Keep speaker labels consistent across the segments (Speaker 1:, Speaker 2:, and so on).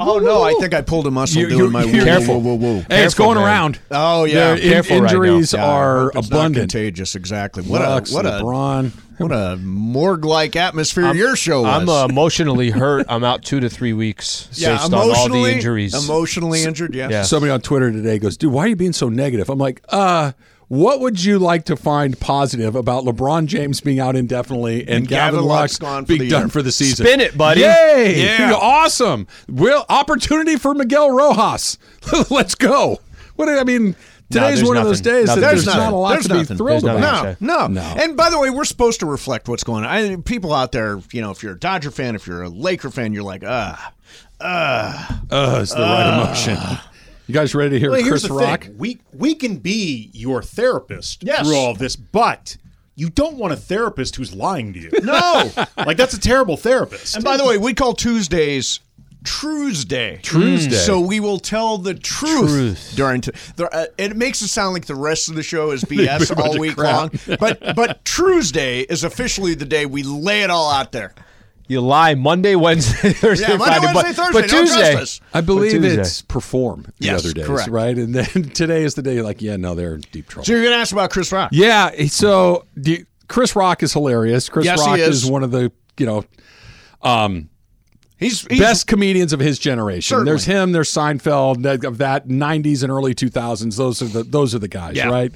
Speaker 1: Oh no! I think I pulled a muscle
Speaker 2: You-
Speaker 1: doing
Speaker 2: you-
Speaker 1: my
Speaker 2: you're-
Speaker 1: whoa,
Speaker 2: careful.
Speaker 1: Whoa, whoa, whoa.
Speaker 2: Hey, it's
Speaker 3: Careful,
Speaker 2: going
Speaker 3: man.
Speaker 2: around.
Speaker 1: Oh yeah,
Speaker 2: Their in-
Speaker 3: Careful right now.
Speaker 2: injuries
Speaker 1: Yeah, I
Speaker 2: are
Speaker 1: hope it's not
Speaker 2: abundant.
Speaker 1: contagious. Exactly. What
Speaker 2: Bucks,
Speaker 1: a what a
Speaker 2: LeBron.
Speaker 1: what a morgue-like atmosphere your show was.
Speaker 3: I'm uh, emotionally hurt. I'm out two to three weeks
Speaker 1: yeah,
Speaker 3: based on
Speaker 1: emotionally
Speaker 3: all the injuries.
Speaker 1: Emotionally injured. Yeah.
Speaker 3: Yeah.
Speaker 2: Somebody on Twitter today goes, "Dude, why are you being so negative?" I'm like, "Uh, what would you like to find positive about LeBron James being out indefinitely and, Gavin, Lux
Speaker 1: gone for
Speaker 2: being
Speaker 1: the
Speaker 2: done
Speaker 1: year?
Speaker 2: for the season?
Speaker 3: Spin it, buddy.
Speaker 2: Yay!
Speaker 1: Yeah.
Speaker 2: Awesome. Well, opportunity for Miguel Rojas. Let's go. What I mean, today's
Speaker 3: there's
Speaker 2: one of those
Speaker 3: nothing.
Speaker 2: days
Speaker 3: No,
Speaker 2: that
Speaker 3: there's
Speaker 2: there's, not
Speaker 3: nothing.
Speaker 2: a lot
Speaker 1: There's
Speaker 2: to be
Speaker 1: nothing.
Speaker 2: thrilled
Speaker 3: There's
Speaker 2: about.
Speaker 3: nothing.
Speaker 1: No,
Speaker 3: Check.
Speaker 1: no,
Speaker 2: No.
Speaker 1: And by the way, we're supposed to reflect what's going on. I, people out there, you know, if you're a Dodger fan, if you're a Laker fan, you're like, ah.
Speaker 2: Uh, it's the right emotion. You guys ready to hear
Speaker 4: Well,
Speaker 2: Chris
Speaker 4: here's the
Speaker 2: Rock?
Speaker 4: thing. We we can be your therapist
Speaker 1: Yes.
Speaker 4: through all of this, but you don't want a therapist who's lying to you.
Speaker 1: No.
Speaker 4: like that's a terrible therapist.
Speaker 1: and by the way, we call Tuesdays Truesday.
Speaker 2: Truesday.
Speaker 1: So we will tell the truth,
Speaker 3: Truth.
Speaker 1: during. T- there, uh, it makes it sound like the rest of the show is BS all week long, but but Tuesday is officially the day we lay it all out there.
Speaker 3: You lie Monday, Wednesday, Thursday,
Speaker 1: Yeah, Monday,
Speaker 3: Friday, but-
Speaker 1: Wednesday, Thursday.
Speaker 3: but,
Speaker 1: Don't trust
Speaker 3: Tuesday.
Speaker 1: us.
Speaker 2: I believe
Speaker 3: Tuesday.
Speaker 2: it's perform the
Speaker 1: Yes,
Speaker 2: other days,
Speaker 1: correct.
Speaker 2: right? And then today is the day you're like, yeah, no, they're in deep trouble.
Speaker 1: So you're gonna ask about Chris Rock?
Speaker 2: Yeah. So do you- Chris Rock is hilarious. Chris
Speaker 1: Yes, he
Speaker 2: Rock
Speaker 1: is.
Speaker 2: one of the you know um,
Speaker 1: He's, he's
Speaker 2: best comedians of his generation.
Speaker 1: Certainly.
Speaker 2: There's him. There's Seinfeld that- of that '90s and early 2000s. Those are the those are the guys,
Speaker 1: Yeah.
Speaker 2: right?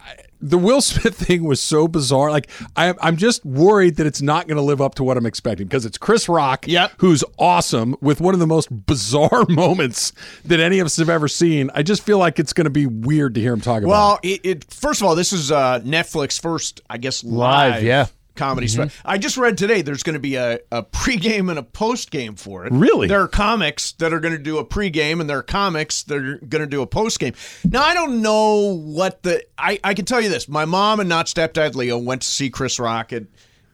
Speaker 2: I- The Will Smith thing was so bizarre. Like I, I'm just worried that it's not going to live up to what I'm expecting because it's Chris Rock,
Speaker 1: Yep.
Speaker 2: who's awesome with one of the most bizarre moments that any of us have ever seen. I just feel like it's going to be weird to hear him talk about.
Speaker 1: Well, it, it first of all, this is uh, Netflix first, I guess, live,
Speaker 3: Live, yeah.
Speaker 1: comedy.
Speaker 2: Mm-hmm.
Speaker 1: spe- I just read today there's going to be a, a pregame and a postgame for it.
Speaker 2: Really?
Speaker 1: There are comics that are going to do a pregame, and there are comics that are going to do a postgame. Now, I don't know what the I I can tell you this: my mom and not stepdad Leo went to see Chris Rock at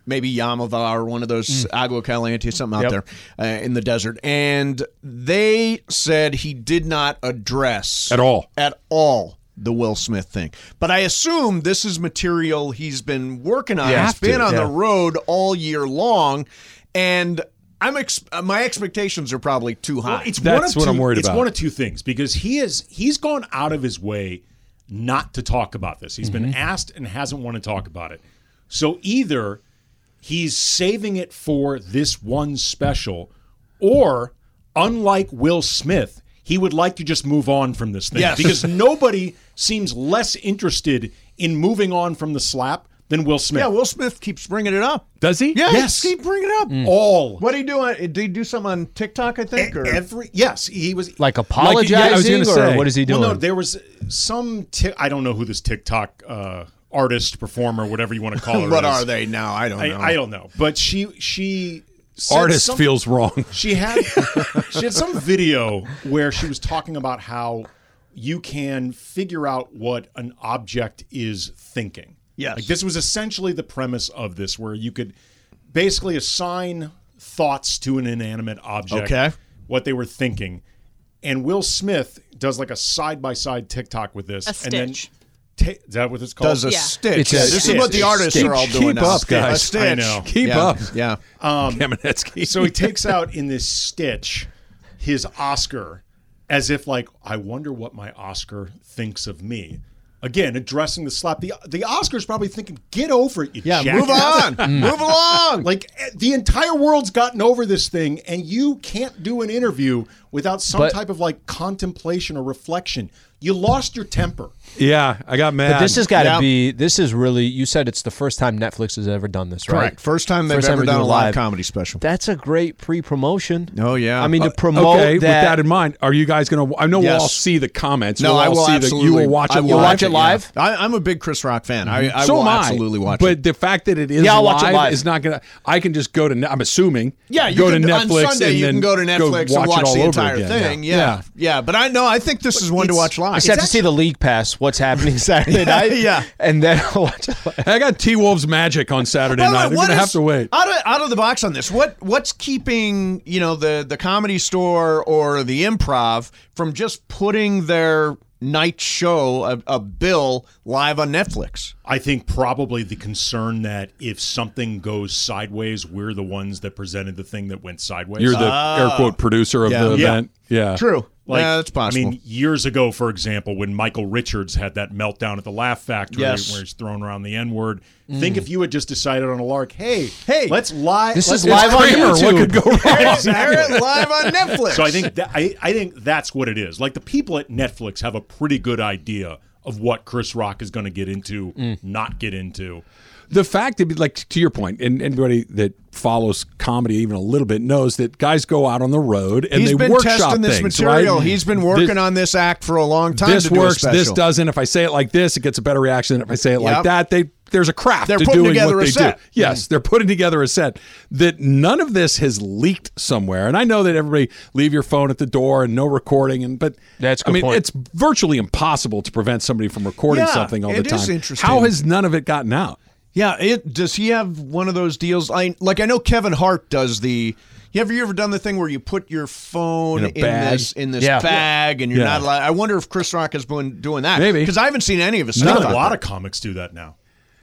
Speaker 1: maybe Yamava or one of those
Speaker 2: Mm.
Speaker 1: Agua Caliente, something out
Speaker 3: Yep.
Speaker 1: there uh, in the desert, and they said he did not address
Speaker 2: At all.
Speaker 1: at all the Will Smith thing. But I assume this is material he's been working on.
Speaker 3: Yeah.
Speaker 1: He's been
Speaker 3: Have to,
Speaker 1: on
Speaker 3: yeah.
Speaker 1: the road all year long, and I'm ex- uh, my expectations are probably too high.
Speaker 4: Well, it's
Speaker 2: That's
Speaker 4: one of
Speaker 2: what
Speaker 4: 2
Speaker 2: I'm worried
Speaker 4: it's
Speaker 2: about.
Speaker 4: one of two things because he is he's gone out of his way not to talk about this. He's
Speaker 2: Mm-hmm.
Speaker 4: been asked and hasn't wanted to talk about it. So either he's saving it for this one special, or unlike Will Smith, he would like to just move on from this thing
Speaker 1: Yes.
Speaker 4: because nobody seems less interested in moving on from the slap than Will Smith.
Speaker 1: yeah, Will Smith keeps bringing it up.
Speaker 2: Does he? Mm.
Speaker 1: Yeah,
Speaker 4: Yes.
Speaker 1: he keep bringing it up. E,
Speaker 4: all
Speaker 1: What did he do? On, did he do something on TikTok? I think. Or?
Speaker 4: every yes, he was
Speaker 3: Like
Speaker 2: Like, yeah, I was
Speaker 3: apologizing,
Speaker 2: gonna say.
Speaker 3: or what is he doing?
Speaker 4: Well, no, there was some. Ti- I don't know who this TikTok uh, artist, performer, whatever you want to call her.
Speaker 1: what
Speaker 4: is.
Speaker 1: are they now? I don't
Speaker 4: I,
Speaker 1: know.
Speaker 4: I don't know. But she she said
Speaker 2: Artist
Speaker 4: some-
Speaker 2: feels wrong.
Speaker 4: she had she had some video where she was talking about how you can figure out what an object is thinking.
Speaker 1: Yes.
Speaker 4: Like this was essentially the premise of this where you could basically assign thoughts to an inanimate object.
Speaker 1: Okay.
Speaker 4: What they were thinking. And Will Smith does like a side by side TikTok with this.
Speaker 5: A
Speaker 4: And
Speaker 5: stitch.
Speaker 4: then ta- is that what it's called?
Speaker 1: Does a
Speaker 5: Yeah.
Speaker 1: stitch.
Speaker 3: It's a
Speaker 1: this is
Speaker 4: stitch.
Speaker 1: what the artists
Speaker 2: Keep-
Speaker 1: are all doing
Speaker 2: keep
Speaker 1: now.
Speaker 2: up, guys.
Speaker 1: A stitch.
Speaker 4: I know.
Speaker 2: Keep
Speaker 1: yeah.
Speaker 2: up.
Speaker 1: Yeah.
Speaker 2: Kamenetsky.
Speaker 4: Um, So he takes out in this stitch his Oscar as if like I wonder what my Oscar thinks of me. Again, addressing the slap. The the Oscar's probably thinking, "Get over it, you
Speaker 1: Yeah.
Speaker 4: jackass."
Speaker 1: Move on. move along.
Speaker 4: Like eh, the entire world's gotten over this thing, and you can't do an interview without some
Speaker 3: But-
Speaker 4: type of like contemplation or reflection. You lost your temper.
Speaker 2: yeah, I got mad.
Speaker 3: But this has got to
Speaker 1: Yeah.
Speaker 3: be. This is really. You said it's the first time Netflix has ever done this, right?
Speaker 1: Correct. First time they've
Speaker 3: First
Speaker 1: ever
Speaker 3: we're
Speaker 1: done a
Speaker 3: doing
Speaker 1: live comedy special.
Speaker 3: That's a great pre-promotion.
Speaker 1: Oh, yeah.
Speaker 3: I mean
Speaker 1: Uh,
Speaker 3: to promote
Speaker 2: okay,
Speaker 3: that.
Speaker 2: with that in mind, are you guys going to? I know
Speaker 1: Yes.
Speaker 2: we'll all see the comments.
Speaker 1: No,
Speaker 2: we'll
Speaker 1: I
Speaker 2: all
Speaker 1: will
Speaker 2: see the-
Speaker 1: absolutely.
Speaker 2: you will watch it.
Speaker 1: I will
Speaker 2: live.
Speaker 3: watch it
Speaker 2: Yeah.
Speaker 3: live?
Speaker 1: I, I'm a big Chris Rock fan. I, I
Speaker 2: so
Speaker 1: will
Speaker 2: am I.
Speaker 1: absolutely watch
Speaker 2: but
Speaker 1: it.
Speaker 2: the fact that it is
Speaker 3: Yeah, I'll
Speaker 2: live,
Speaker 3: watch it live.
Speaker 2: is not going to. I can just go to. ne- I'm assuming.
Speaker 1: Yeah, you
Speaker 2: go
Speaker 1: can,
Speaker 2: to Netflix
Speaker 1: on Sunday.
Speaker 2: and
Speaker 1: you
Speaker 2: then
Speaker 1: can go to Netflix
Speaker 2: watch
Speaker 1: and
Speaker 2: it
Speaker 1: watch
Speaker 2: all
Speaker 1: the
Speaker 2: over
Speaker 1: entire
Speaker 2: again.
Speaker 1: thing. Yeah. yeah, But I know. I think this is one to
Speaker 4: it's-
Speaker 1: watch live.
Speaker 3: I just have to see the league pass. What's happening Saturday night?
Speaker 1: yeah.
Speaker 3: and then I'll watch. It live.
Speaker 2: Hey, I got T Wolves Magic on Saturday
Speaker 1: By the way,
Speaker 2: night. We're
Speaker 1: what
Speaker 2: going to have
Speaker 1: is-
Speaker 2: to wait.
Speaker 1: Out of, out of the box on this, what what's keeping you know the the comedy store or the improv from just putting their night show, a, a bill live on Netflix.
Speaker 4: I think probably the concern that if something goes sideways, we're the ones that presented the thing that went sideways.
Speaker 2: You're the air quote producer of
Speaker 1: Ah. Yeah.
Speaker 2: the
Speaker 4: Yeah.
Speaker 2: event. Yeah.
Speaker 1: True. yeah, that's
Speaker 4: I
Speaker 1: possible.
Speaker 4: mean, years ago, for example, when Michael Richards had that meltdown at the Laugh Factory
Speaker 1: Yes. Mm.
Speaker 4: where he's thrown around the N word. Think if you had just decided on a lark, hey,
Speaker 1: Hey,
Speaker 4: let's lie.
Speaker 3: This
Speaker 4: let's
Speaker 3: is live on
Speaker 2: Kramer,
Speaker 3: YouTube.
Speaker 2: what could go wrong?
Speaker 1: Air it live on Netflix.
Speaker 4: So I think that, I, I think that's what it is. Like the people at Netflix have a pretty good idea of what Chris Rock is going to get into,
Speaker 2: Mm.
Speaker 4: not get into.
Speaker 2: the fact that, like, to your point, and anybody that follows comedy even a little bit knows that guys go out on the road and
Speaker 1: He's
Speaker 2: they
Speaker 1: been
Speaker 2: workshop
Speaker 1: testing this
Speaker 2: things,
Speaker 1: material.
Speaker 2: right?
Speaker 1: He's been working
Speaker 2: This-
Speaker 1: on this act for a long time.
Speaker 2: This
Speaker 1: to do a
Speaker 2: works. This
Speaker 1: special.
Speaker 2: doesn't. If I say it like this, it gets a better reaction than if I say it like
Speaker 1: Yep.
Speaker 2: that. They there's a craft.
Speaker 1: They're
Speaker 2: to
Speaker 1: putting
Speaker 2: doing
Speaker 1: together
Speaker 2: what
Speaker 1: a
Speaker 2: they
Speaker 1: set.
Speaker 2: Do. Yes, they're putting together a set. That none of this has leaked somewhere. And I know that everybody leave your phone at the door and no recording. And but
Speaker 3: That's a
Speaker 2: I
Speaker 3: good
Speaker 2: mean,
Speaker 3: point.
Speaker 2: it's virtually impossible to prevent somebody from recording
Speaker 1: Yeah,
Speaker 2: something all the
Speaker 1: it
Speaker 2: time.
Speaker 1: is interesting.
Speaker 2: How has none of it gotten out?
Speaker 1: Yeah, it does he have one of those deals? I like I know Kevin Hart does the you ever you ever done the thing where you put your phone
Speaker 2: In
Speaker 1: in,
Speaker 2: a bag?
Speaker 1: this in this
Speaker 3: Yeah.
Speaker 1: bag and you're
Speaker 2: Yeah.
Speaker 1: not allowed I wonder if Chris Rock has been doing that.
Speaker 2: Maybe.
Speaker 1: Because I haven't seen any of his
Speaker 4: I
Speaker 1: stuff.
Speaker 4: think
Speaker 1: out
Speaker 4: a lot
Speaker 1: there.
Speaker 4: of comics do that now.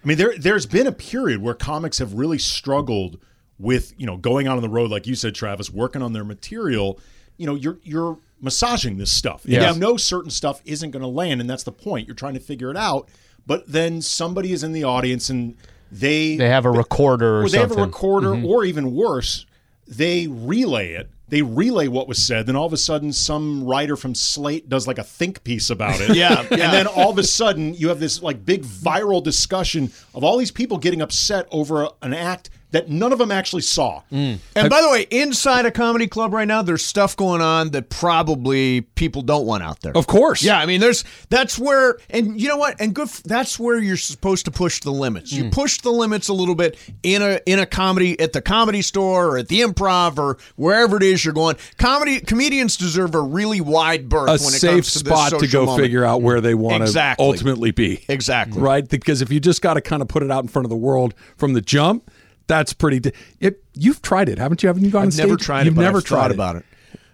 Speaker 4: I mean, there there's been a period where comics have really struggled with you know going out on the road, like you said, Travis, working on their material. You know, you're you're massaging this stuff. Yeah,
Speaker 3: Yes.
Speaker 4: you know certain stuff isn't going to land, and that's the point. You're trying to figure it out, but then somebody is in the audience and
Speaker 1: oh.
Speaker 4: they
Speaker 3: They have a recorder or
Speaker 4: well, they
Speaker 3: something. Mm-hmm.
Speaker 4: have a recorder, or even worse, they relay it. They relay what was said. Then all of a sudden, some writer from Slate does like a think piece about it.
Speaker 1: Yeah,
Speaker 4: And
Speaker 1: yeah.
Speaker 4: then all of a sudden, you have this like big viral discussion of all these people getting upset over a- an act that none of them actually saw.
Speaker 1: And by the way, inside a comedy club right now, there's stuff going on that probably people don't want out there.
Speaker 2: Of course.
Speaker 1: Yeah, I mean, there's that's where, and you know what, and good. f- That's where you're supposed to push the limits.
Speaker 2: Hmm.
Speaker 1: You push the limits a little bit in a in a comedy at the comedy store or at the improv or wherever it is you're going. Comedy comedians deserve a really wide berth.
Speaker 2: a
Speaker 1: when it
Speaker 2: safe
Speaker 1: comes to this
Speaker 2: spot to
Speaker 1: social
Speaker 2: go
Speaker 1: moment.
Speaker 2: figure out where they want
Speaker 1: Exactly.
Speaker 2: to ultimately be.
Speaker 1: Exactly.
Speaker 2: Right? Because if you just got to kind of put it out in front of the world from the jump, that's pretty. Di- it, you've tried it, haven't you? Haven't you gone? on
Speaker 1: I've never
Speaker 2: stage?
Speaker 1: tried it.
Speaker 2: You've
Speaker 1: but
Speaker 2: never
Speaker 1: I've
Speaker 2: tried
Speaker 1: thought about it.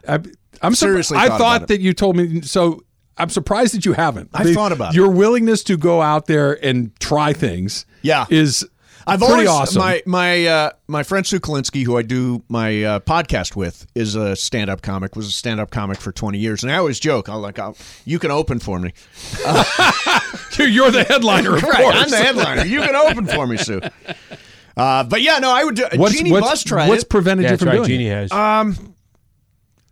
Speaker 2: I, I'm
Speaker 1: Seriously
Speaker 2: surpri- I
Speaker 1: thought
Speaker 2: thought
Speaker 1: about it.
Speaker 2: that you told me. So I'm surprised that you haven't.
Speaker 1: I thought about it.
Speaker 2: your willingness to go out there and try things.
Speaker 1: Yeah.
Speaker 2: is
Speaker 1: I've
Speaker 2: pretty
Speaker 1: always
Speaker 2: awesome.
Speaker 1: my my uh, my friend Sue Kalinsky, who I do my uh, podcast with, is a stand up comic. Was a stand up comic for twenty years, and I always joke, "I'll like, I'll, you can open for me."
Speaker 2: You're the headliner, of
Speaker 1: Right,
Speaker 2: course.
Speaker 1: I'm the headliner. You can open for me, Sue. Uh, but yeah, no, I would. Do,
Speaker 2: What's,
Speaker 1: Jeannie
Speaker 2: what's,
Speaker 1: Buss tried
Speaker 2: what's
Speaker 1: it. Um,
Speaker 2: prevented
Speaker 3: Yeah,
Speaker 2: you
Speaker 3: that's
Speaker 2: from
Speaker 3: right.
Speaker 2: doing
Speaker 3: Genie
Speaker 2: it?
Speaker 3: has.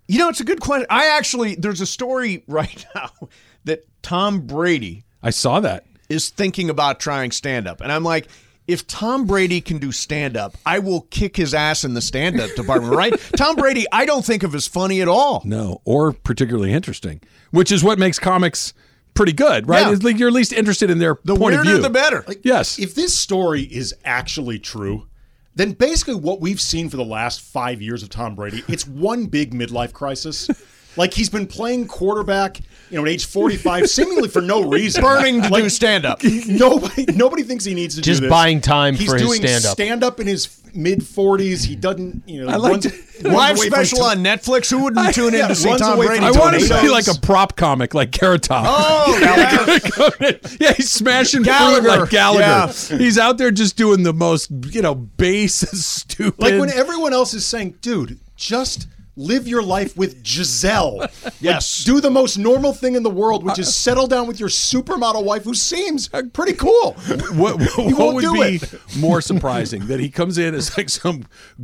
Speaker 1: you know, it's a good question. I actually, there's a story right now that Tom Brady
Speaker 2: I saw that.
Speaker 1: is thinking about trying stand up, and I'm like. If Tom Brady can do stand up, I will kick his ass in the stand up department, right? Tom Brady, I don't think of as funny at all.
Speaker 2: No, or particularly interesting, which is what makes comics pretty good, right?
Speaker 1: Yeah.
Speaker 2: It's like you're at least interested in their
Speaker 1: The
Speaker 2: point of
Speaker 1: weirder,
Speaker 2: view.
Speaker 1: the better.
Speaker 2: yes,
Speaker 4: If this story is actually true, then basically what we've seen for the last five years of Tom Brady, it's one big midlife crisis. Like he's been playing quarterback, you know, at age forty-five, seemingly for no reason.
Speaker 1: Burning to
Speaker 4: Like,
Speaker 1: do stand up.
Speaker 4: Nobody, nobody thinks he needs to
Speaker 3: Just
Speaker 4: do this.
Speaker 3: buying time
Speaker 4: He's
Speaker 3: for his
Speaker 4: doing
Speaker 3: stand-up.
Speaker 4: Stand-up in his mid forties. He doesn't, you know.
Speaker 2: like
Speaker 4: runs-
Speaker 2: to-
Speaker 4: runs
Speaker 1: Live
Speaker 4: away from
Speaker 1: special
Speaker 4: to-
Speaker 1: on Netflix. Who wouldn't tune in
Speaker 4: yeah,
Speaker 1: to see
Speaker 4: runs
Speaker 1: Tom
Speaker 4: away
Speaker 1: Brady?
Speaker 4: from
Speaker 2: I
Speaker 4: Tony
Speaker 2: want him to be
Speaker 4: Tornadoes.
Speaker 2: like a prop comic, like Carrot Top.
Speaker 1: Oh, yeah.
Speaker 2: yeah, he's smashing Gallagher.
Speaker 1: Gallagher.
Speaker 2: like Gallagher.
Speaker 1: Yeah.
Speaker 2: He's out there just doing the most, you know, base and stupid.
Speaker 4: Like when everyone else is saying, dude, just live your life with Giselle.
Speaker 1: Yes.
Speaker 4: Do the most normal thing in the world, which is settle down with your supermodel wife who seems pretty cool.
Speaker 2: what, what-
Speaker 4: You
Speaker 2: what
Speaker 4: won't
Speaker 2: would
Speaker 4: do
Speaker 2: be
Speaker 4: it.
Speaker 2: more surprising that he comes in as like some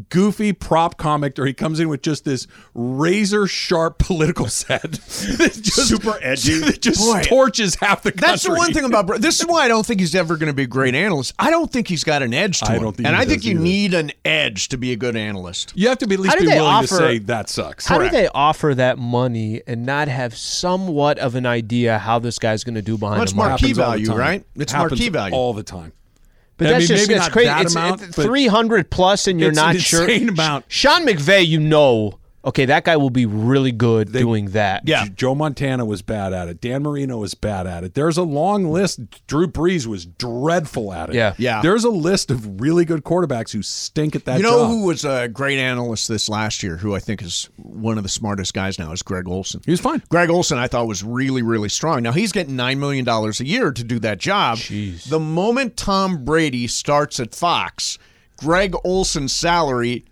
Speaker 2: goofy prop comic, or he comes in with just this razor sharp political set, that just,
Speaker 4: Super edgy.
Speaker 2: that just
Speaker 1: Boy.
Speaker 2: torches half the country.
Speaker 1: That's the one thing about Bra- this is why I don't think he's ever going to be a great analyst. I don't think he's got an edge to
Speaker 2: I
Speaker 1: him,
Speaker 2: don't think
Speaker 1: and
Speaker 2: he
Speaker 1: I think
Speaker 2: does
Speaker 1: you
Speaker 2: either.
Speaker 1: need an edge to be a good analyst.
Speaker 2: You have to be at least
Speaker 3: How
Speaker 2: be
Speaker 3: did
Speaker 2: willing
Speaker 3: they
Speaker 2: to
Speaker 3: offer-
Speaker 2: say that sucks.
Speaker 3: How do they offer that money and not have somewhat of an idea how this guy's going to do behind
Speaker 1: Well, it's
Speaker 3: the market?
Speaker 1: marquee
Speaker 2: Happens all the
Speaker 1: value,
Speaker 2: time.
Speaker 1: right? It's
Speaker 2: Happens
Speaker 1: marquee value.
Speaker 2: all the time.
Speaker 3: But
Speaker 2: I
Speaker 3: that's
Speaker 2: mean,
Speaker 3: just
Speaker 2: maybe
Speaker 3: it's
Speaker 2: not
Speaker 3: crazy.
Speaker 2: that
Speaker 3: It's,
Speaker 2: amount, but
Speaker 3: three hundred plus, and you're
Speaker 2: it's
Speaker 3: not
Speaker 2: an
Speaker 3: sure.
Speaker 2: insane amount.
Speaker 3: Sean McVay, you know, okay, that guy will be really good doing that.
Speaker 1: Yeah.
Speaker 2: J- Joe Montana was bad at it. Dan Marino was bad at it. There's a long list. Drew Brees was dreadful at it.
Speaker 3: Yeah.
Speaker 1: Yeah.
Speaker 2: There's a list of really good quarterbacks who stink at that.
Speaker 1: You know
Speaker 2: job.
Speaker 1: who was a great analyst this last year, who I think is one of the smartest guys now, is Greg Olson.
Speaker 2: He was fine.
Speaker 1: Greg Olson, I thought, was really, really strong. Now he's getting nine million dollars a year to do that job. The moment Tom Brady starts at Fox, Greg Olson's salary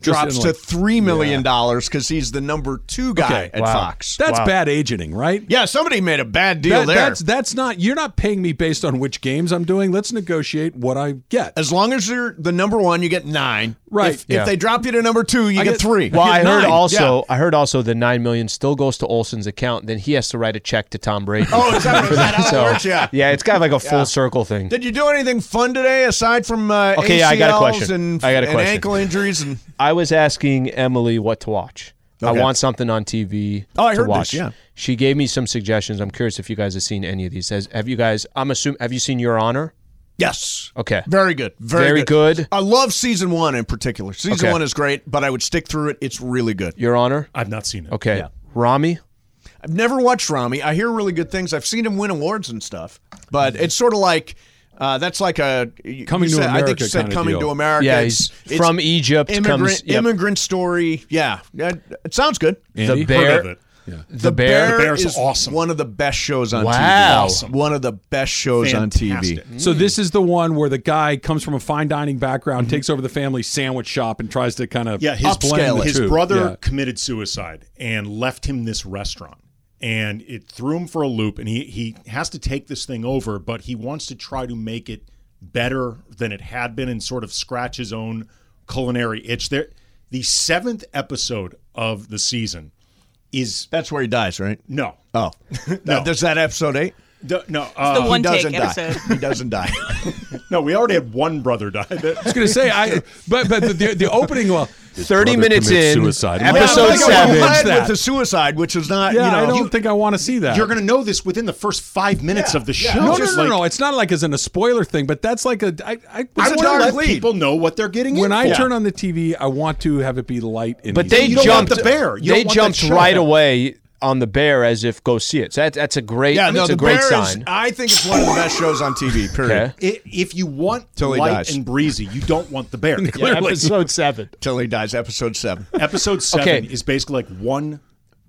Speaker 2: Just
Speaker 1: drops
Speaker 2: in
Speaker 1: to
Speaker 2: like-
Speaker 1: three million dollars because he's the number two guy
Speaker 2: Okay,
Speaker 1: at
Speaker 3: wow.
Speaker 1: Fox.
Speaker 2: That's bad agenting, right?
Speaker 1: yeah, somebody made a bad deal
Speaker 2: That-
Speaker 1: there.
Speaker 2: that's that's not. You're not paying me based on which games I'm doing. Let's negotiate what I get.
Speaker 1: as long as you're the number one, you get nine.
Speaker 2: Right,
Speaker 1: If,
Speaker 2: yeah.
Speaker 1: if they drop you to number two, you get,
Speaker 2: get-
Speaker 1: three.
Speaker 3: Well, I heard
Speaker 2: nine,
Speaker 3: also I heard also the nine million still goes to Olson's account. Then he has to write a check to Tom Brady.
Speaker 1: Oh, is that, is that how it
Speaker 3: So,
Speaker 1: works? Yeah.
Speaker 3: it's kind of like a full circle thing.
Speaker 1: Did you do anything fun today aside from uh,
Speaker 3: Okay, yeah, I got a
Speaker 1: ACLs
Speaker 3: question.
Speaker 1: and,
Speaker 3: I got a
Speaker 1: and
Speaker 3: question.
Speaker 1: ankle injuries and
Speaker 3: I was asking Emily what to watch. I
Speaker 1: Okay.
Speaker 3: want something on TV.
Speaker 1: Oh, I
Speaker 3: to
Speaker 1: heard this,
Speaker 3: watch.
Speaker 1: yeah.
Speaker 3: she gave me some suggestions. I'm curious if you guys have seen any of these. Has, have you guys? I'm assuming. Have you seen Your Honor?
Speaker 1: yes,
Speaker 3: Okay.
Speaker 1: very good, very,
Speaker 3: Very good.
Speaker 1: I love season one in particular. Season
Speaker 3: Okay.
Speaker 1: one is great, but I would stick through it. It's really good.
Speaker 3: Your Honor.
Speaker 4: I've not seen it.
Speaker 3: Okay. Rami.
Speaker 1: I've never watched Rami. I hear really good things. I've seen him win awards and stuff, but
Speaker 3: Mm-hmm.
Speaker 1: it's sort of like. Uh, that's like a you-
Speaker 2: Coming
Speaker 1: you
Speaker 2: to
Speaker 1: said- I think
Speaker 2: America
Speaker 1: you said
Speaker 2: kinda
Speaker 1: coming
Speaker 2: deal.
Speaker 1: to America.
Speaker 3: Yeah,
Speaker 1: it's,
Speaker 3: he's
Speaker 1: it's
Speaker 3: from Egypt.
Speaker 1: immigrant
Speaker 3: comes, yep.
Speaker 1: immigrant story. Yeah, Yeah, it sounds good.
Speaker 3: the
Speaker 4: Heard
Speaker 3: bear.
Speaker 4: of it.
Speaker 3: The bear.
Speaker 4: The Bear's
Speaker 1: is
Speaker 4: awesome.
Speaker 1: One of the best shows on TV.
Speaker 3: Wow.
Speaker 4: Awesome.
Speaker 1: One of the best shows
Speaker 4: Fantastic.
Speaker 1: on TV.
Speaker 2: So this is the one where the guy comes from a fine dining background, takes over the family sandwich shop, and tries to kind of
Speaker 4: Mm-hmm. Yeah, his
Speaker 2: upscale
Speaker 1: blend-
Speaker 2: it
Speaker 4: his
Speaker 2: too.
Speaker 4: brother
Speaker 2: Yeah.
Speaker 4: committed suicide and left him this restaurant, and it threw him for a loop. And he he has to take this thing over, but he wants to try to make it better than it had been and sort of scratch his own culinary itch. There, the seventh episode of the season is
Speaker 1: That's where he dies, right?
Speaker 4: no,
Speaker 1: Oh, no. There's that episode eight.
Speaker 4: The- no, uh,
Speaker 5: the one
Speaker 1: he doesn't
Speaker 5: take
Speaker 1: die.
Speaker 5: episode.
Speaker 1: He doesn't die.
Speaker 4: no. We already had one brother die. That-
Speaker 2: I was going to say, I but but the, the opening well,
Speaker 3: Thirty minutes in.
Speaker 1: I
Speaker 3: Episode
Speaker 1: don't think I
Speaker 3: seven.
Speaker 1: would mind
Speaker 2: That.
Speaker 1: with the suicide, which is not.
Speaker 2: Yeah,
Speaker 1: you know,
Speaker 2: I don't think I want to see that.
Speaker 4: You're going to know this within the first five minutes of the show.
Speaker 2: no, no, no,
Speaker 4: Just
Speaker 2: no,
Speaker 4: like-
Speaker 2: no. It's not like as in a spoiler thing, but that's like a. I, I,
Speaker 4: I
Speaker 1: It's a
Speaker 4: want to
Speaker 1: dark
Speaker 4: let
Speaker 1: lead.
Speaker 4: people know what they're getting
Speaker 2: when
Speaker 4: in
Speaker 2: I
Speaker 4: for.
Speaker 2: turn on the TV, I want to have it be light. And
Speaker 3: But
Speaker 2: easy.
Speaker 3: they
Speaker 4: You don't want
Speaker 3: jumped
Speaker 4: the bear. You
Speaker 3: they
Speaker 4: don't want that
Speaker 3: jumped
Speaker 4: show.
Speaker 3: right away on the bear as if go see it. So that's that's a great.
Speaker 1: Yeah,
Speaker 3: that's
Speaker 1: no.
Speaker 3: a
Speaker 1: The
Speaker 3: great
Speaker 1: bear
Speaker 3: sign.
Speaker 1: is. I think it's one of the best shows on TV. Period.
Speaker 3: Okay.
Speaker 4: I- if you want
Speaker 1: Till he
Speaker 4: light
Speaker 1: dies.
Speaker 4: and breezy, you don't want the bear.
Speaker 3: Yeah, episode seven.
Speaker 1: Till he dies. Episode seven.
Speaker 4: Episode seven
Speaker 3: Okay.
Speaker 4: is basically like one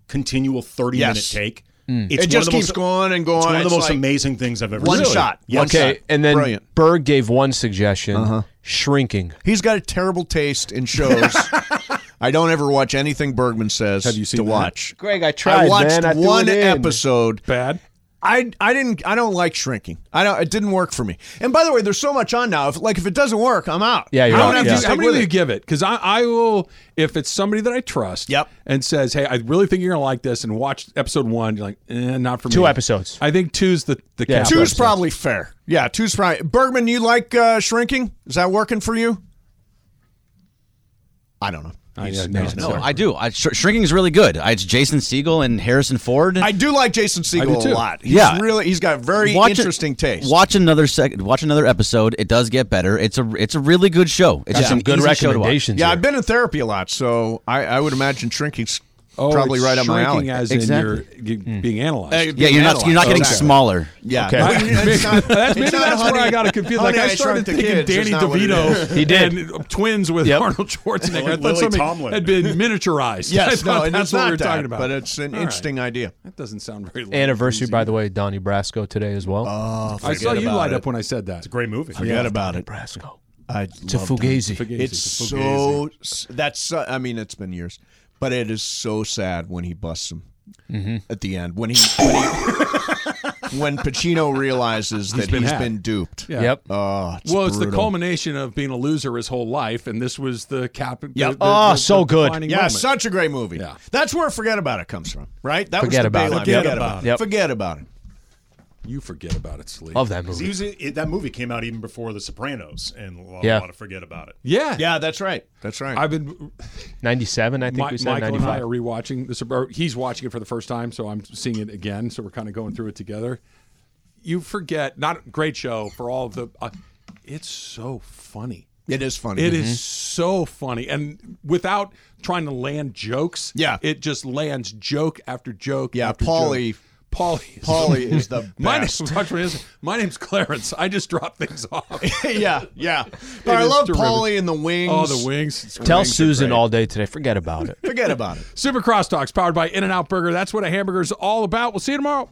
Speaker 4: continual thirty-minute
Speaker 1: Yes.
Speaker 4: take.
Speaker 1: It
Speaker 2: Hmm.
Speaker 4: one
Speaker 1: just
Speaker 4: of the
Speaker 1: keeps
Speaker 4: most-
Speaker 1: going and going.
Speaker 4: It's one of the
Speaker 1: It's
Speaker 4: most
Speaker 1: like
Speaker 4: amazing things I've ever
Speaker 1: one
Speaker 4: seen.
Speaker 1: shot.
Speaker 4: Yes.
Speaker 3: Okay, and then
Speaker 1: Brilliant.
Speaker 3: Berg gave one suggestion: shrinking.
Speaker 1: He's got a terrible taste in shows. I don't ever watch anything Bergman says.
Speaker 2: Have you seen
Speaker 1: to
Speaker 2: that?
Speaker 1: watch?
Speaker 3: Greg, I
Speaker 1: I
Speaker 3: tried,
Speaker 1: watched
Speaker 3: man. I threw
Speaker 1: one
Speaker 3: it in.
Speaker 1: episode.
Speaker 2: bad.
Speaker 1: I I didn't I don't like shrinking. I don't it didn't work for me. And by the way, there's so much on now. If like if it doesn't work, I'm out.
Speaker 3: Yeah, you're
Speaker 1: I don't
Speaker 3: out,
Speaker 1: have
Speaker 3: yeah.
Speaker 1: to
Speaker 2: How
Speaker 1: stick
Speaker 2: many
Speaker 1: with
Speaker 2: do you
Speaker 1: it.
Speaker 2: give it? Because I, I will, if it's somebody that I trust
Speaker 1: Yep.
Speaker 2: and says, hey, I really think you're going to like this and watch episode one, you're like, eh, not for me.
Speaker 3: Two episodes.
Speaker 2: I think two's the, the
Speaker 3: Yeah.
Speaker 2: cap.
Speaker 1: Two's
Speaker 2: episode.
Speaker 1: probably fair. Yeah, two's probably Bergman, you like uh, shrinking? Is that working for you? I don't know.
Speaker 2: I, yeah, no,
Speaker 6: No, I do. I, Sh- Shrinking is really good. I, it's Jason Segel and Harrison Ford.
Speaker 1: I do like Jason
Speaker 2: do
Speaker 1: Segel a
Speaker 2: too.
Speaker 1: lot. He's
Speaker 6: Yeah.
Speaker 1: really he's got very
Speaker 6: Watch it-
Speaker 1: interesting taste.
Speaker 6: Watch another sec- Watch another episode. It does get better. It's a it's a really good show. It's just
Speaker 3: Some
Speaker 6: an
Speaker 3: good
Speaker 6: easy show to watch.
Speaker 3: recommendations.
Speaker 1: yeah,
Speaker 3: here.
Speaker 1: I've been in therapy a lot, so I, I would imagine shrinking's
Speaker 2: Oh,
Speaker 1: probably
Speaker 2: it's
Speaker 1: right on my
Speaker 2: shrinking
Speaker 1: alley.
Speaker 2: As in you're,
Speaker 3: Hmm.
Speaker 2: you're being analyzed.
Speaker 1: Uh,
Speaker 6: Yeah, you're not you're not getting
Speaker 1: Exactly.
Speaker 6: smaller.
Speaker 1: Yeah,
Speaker 3: Okay.
Speaker 1: Well, it's not-
Speaker 2: that's, maybe
Speaker 1: it's not
Speaker 2: that's where
Speaker 1: Honey-
Speaker 2: I got it confused. Like
Speaker 1: Honey,
Speaker 2: I started
Speaker 1: Shrunk the
Speaker 2: thinking
Speaker 1: Kids is
Speaker 2: Danny
Speaker 1: not what it is.
Speaker 2: DeVito,
Speaker 3: He did.
Speaker 2: and uh, twins with
Speaker 3: Yep.
Speaker 2: Arnold Schwarzenegger. I
Speaker 4: Lily
Speaker 2: thought something
Speaker 4: Tomlin.
Speaker 2: had been miniaturized. I
Speaker 1: Yes,
Speaker 2: thought
Speaker 1: no, and
Speaker 2: that's
Speaker 1: it's
Speaker 2: what
Speaker 1: not
Speaker 2: we were
Speaker 1: that,
Speaker 2: talking about.
Speaker 1: but it's an
Speaker 2: All right.
Speaker 1: interesting idea.
Speaker 2: That doesn't sound very.
Speaker 3: anniversary, by the way, Donnie Brasco today as well.
Speaker 2: I saw you
Speaker 1: about
Speaker 2: light
Speaker 1: it.
Speaker 2: up when I said that.
Speaker 4: great movie.
Speaker 1: Forget about it.
Speaker 3: Brasco
Speaker 1: I
Speaker 3: to
Speaker 1: loved it.
Speaker 3: Fugazi.
Speaker 1: It's so that's uh, I mean it's been years, but it is so sad when he busts him
Speaker 3: Mm-hmm.
Speaker 1: at the end when he when, he, when Pacino realizes that
Speaker 2: been
Speaker 1: he's
Speaker 2: had.
Speaker 1: been duped.
Speaker 2: Yeah.
Speaker 3: Yep.
Speaker 1: Oh, it's
Speaker 2: well, it's the
Speaker 1: brutal.
Speaker 2: culmination of being a loser his whole life, and this was the cap. the-
Speaker 1: Yep.
Speaker 2: the-
Speaker 3: Oh,
Speaker 2: the-
Speaker 3: so
Speaker 2: the
Speaker 3: good.
Speaker 2: defining
Speaker 1: Yeah,
Speaker 2: moment.
Speaker 1: such a great movie.
Speaker 2: Yeah.
Speaker 1: That's where Forget About It comes from, right? That
Speaker 3: Forget
Speaker 1: was the
Speaker 3: About It.
Speaker 1: bailout.
Speaker 3: Yep.
Speaker 1: Forget about it.
Speaker 3: Yep.
Speaker 1: Forget about it.
Speaker 2: you forget about it, sleep.
Speaker 3: Love that
Speaker 4: He
Speaker 3: movie.
Speaker 4: was in- it- that movie came out even before The Sopranos, and a lot,
Speaker 3: Yeah.
Speaker 4: a lot of forget about it.
Speaker 2: Yeah,
Speaker 1: Yeah, that's right. That's right.
Speaker 2: I've been.
Speaker 3: Ninety-seven, I think
Speaker 2: Mi-
Speaker 3: we said
Speaker 2: Michael and I
Speaker 3: ninety-five.
Speaker 2: are rewatching this. Or he's watching it for the first time, so I'm seeing it again. So we're kind of going through it together. You forget, not great show for all of the. Uh, it's so funny.
Speaker 1: It is funny.
Speaker 2: It is
Speaker 3: Mm-hmm.
Speaker 2: so funny. And without trying to land jokes,
Speaker 1: Yeah.
Speaker 2: it just lands joke after joke.
Speaker 1: Yeah,
Speaker 2: after
Speaker 1: Pauly-
Speaker 2: joke. Pauly. is-
Speaker 1: Paulie is the best.
Speaker 2: My, name, watch what it is. My name's Clarence. I just drop things off.
Speaker 1: yeah, yeah. But I
Speaker 2: is
Speaker 1: love
Speaker 2: terrific.
Speaker 1: Paulie and the wings.
Speaker 2: Oh, the wings. It's
Speaker 3: Tell
Speaker 2: great.
Speaker 3: Susan all day today. Forget about it.
Speaker 1: Forget about it.
Speaker 2: Super Crosstalks powered by In N Out Burger. That's what a hamburger is all about. We'll see you tomorrow.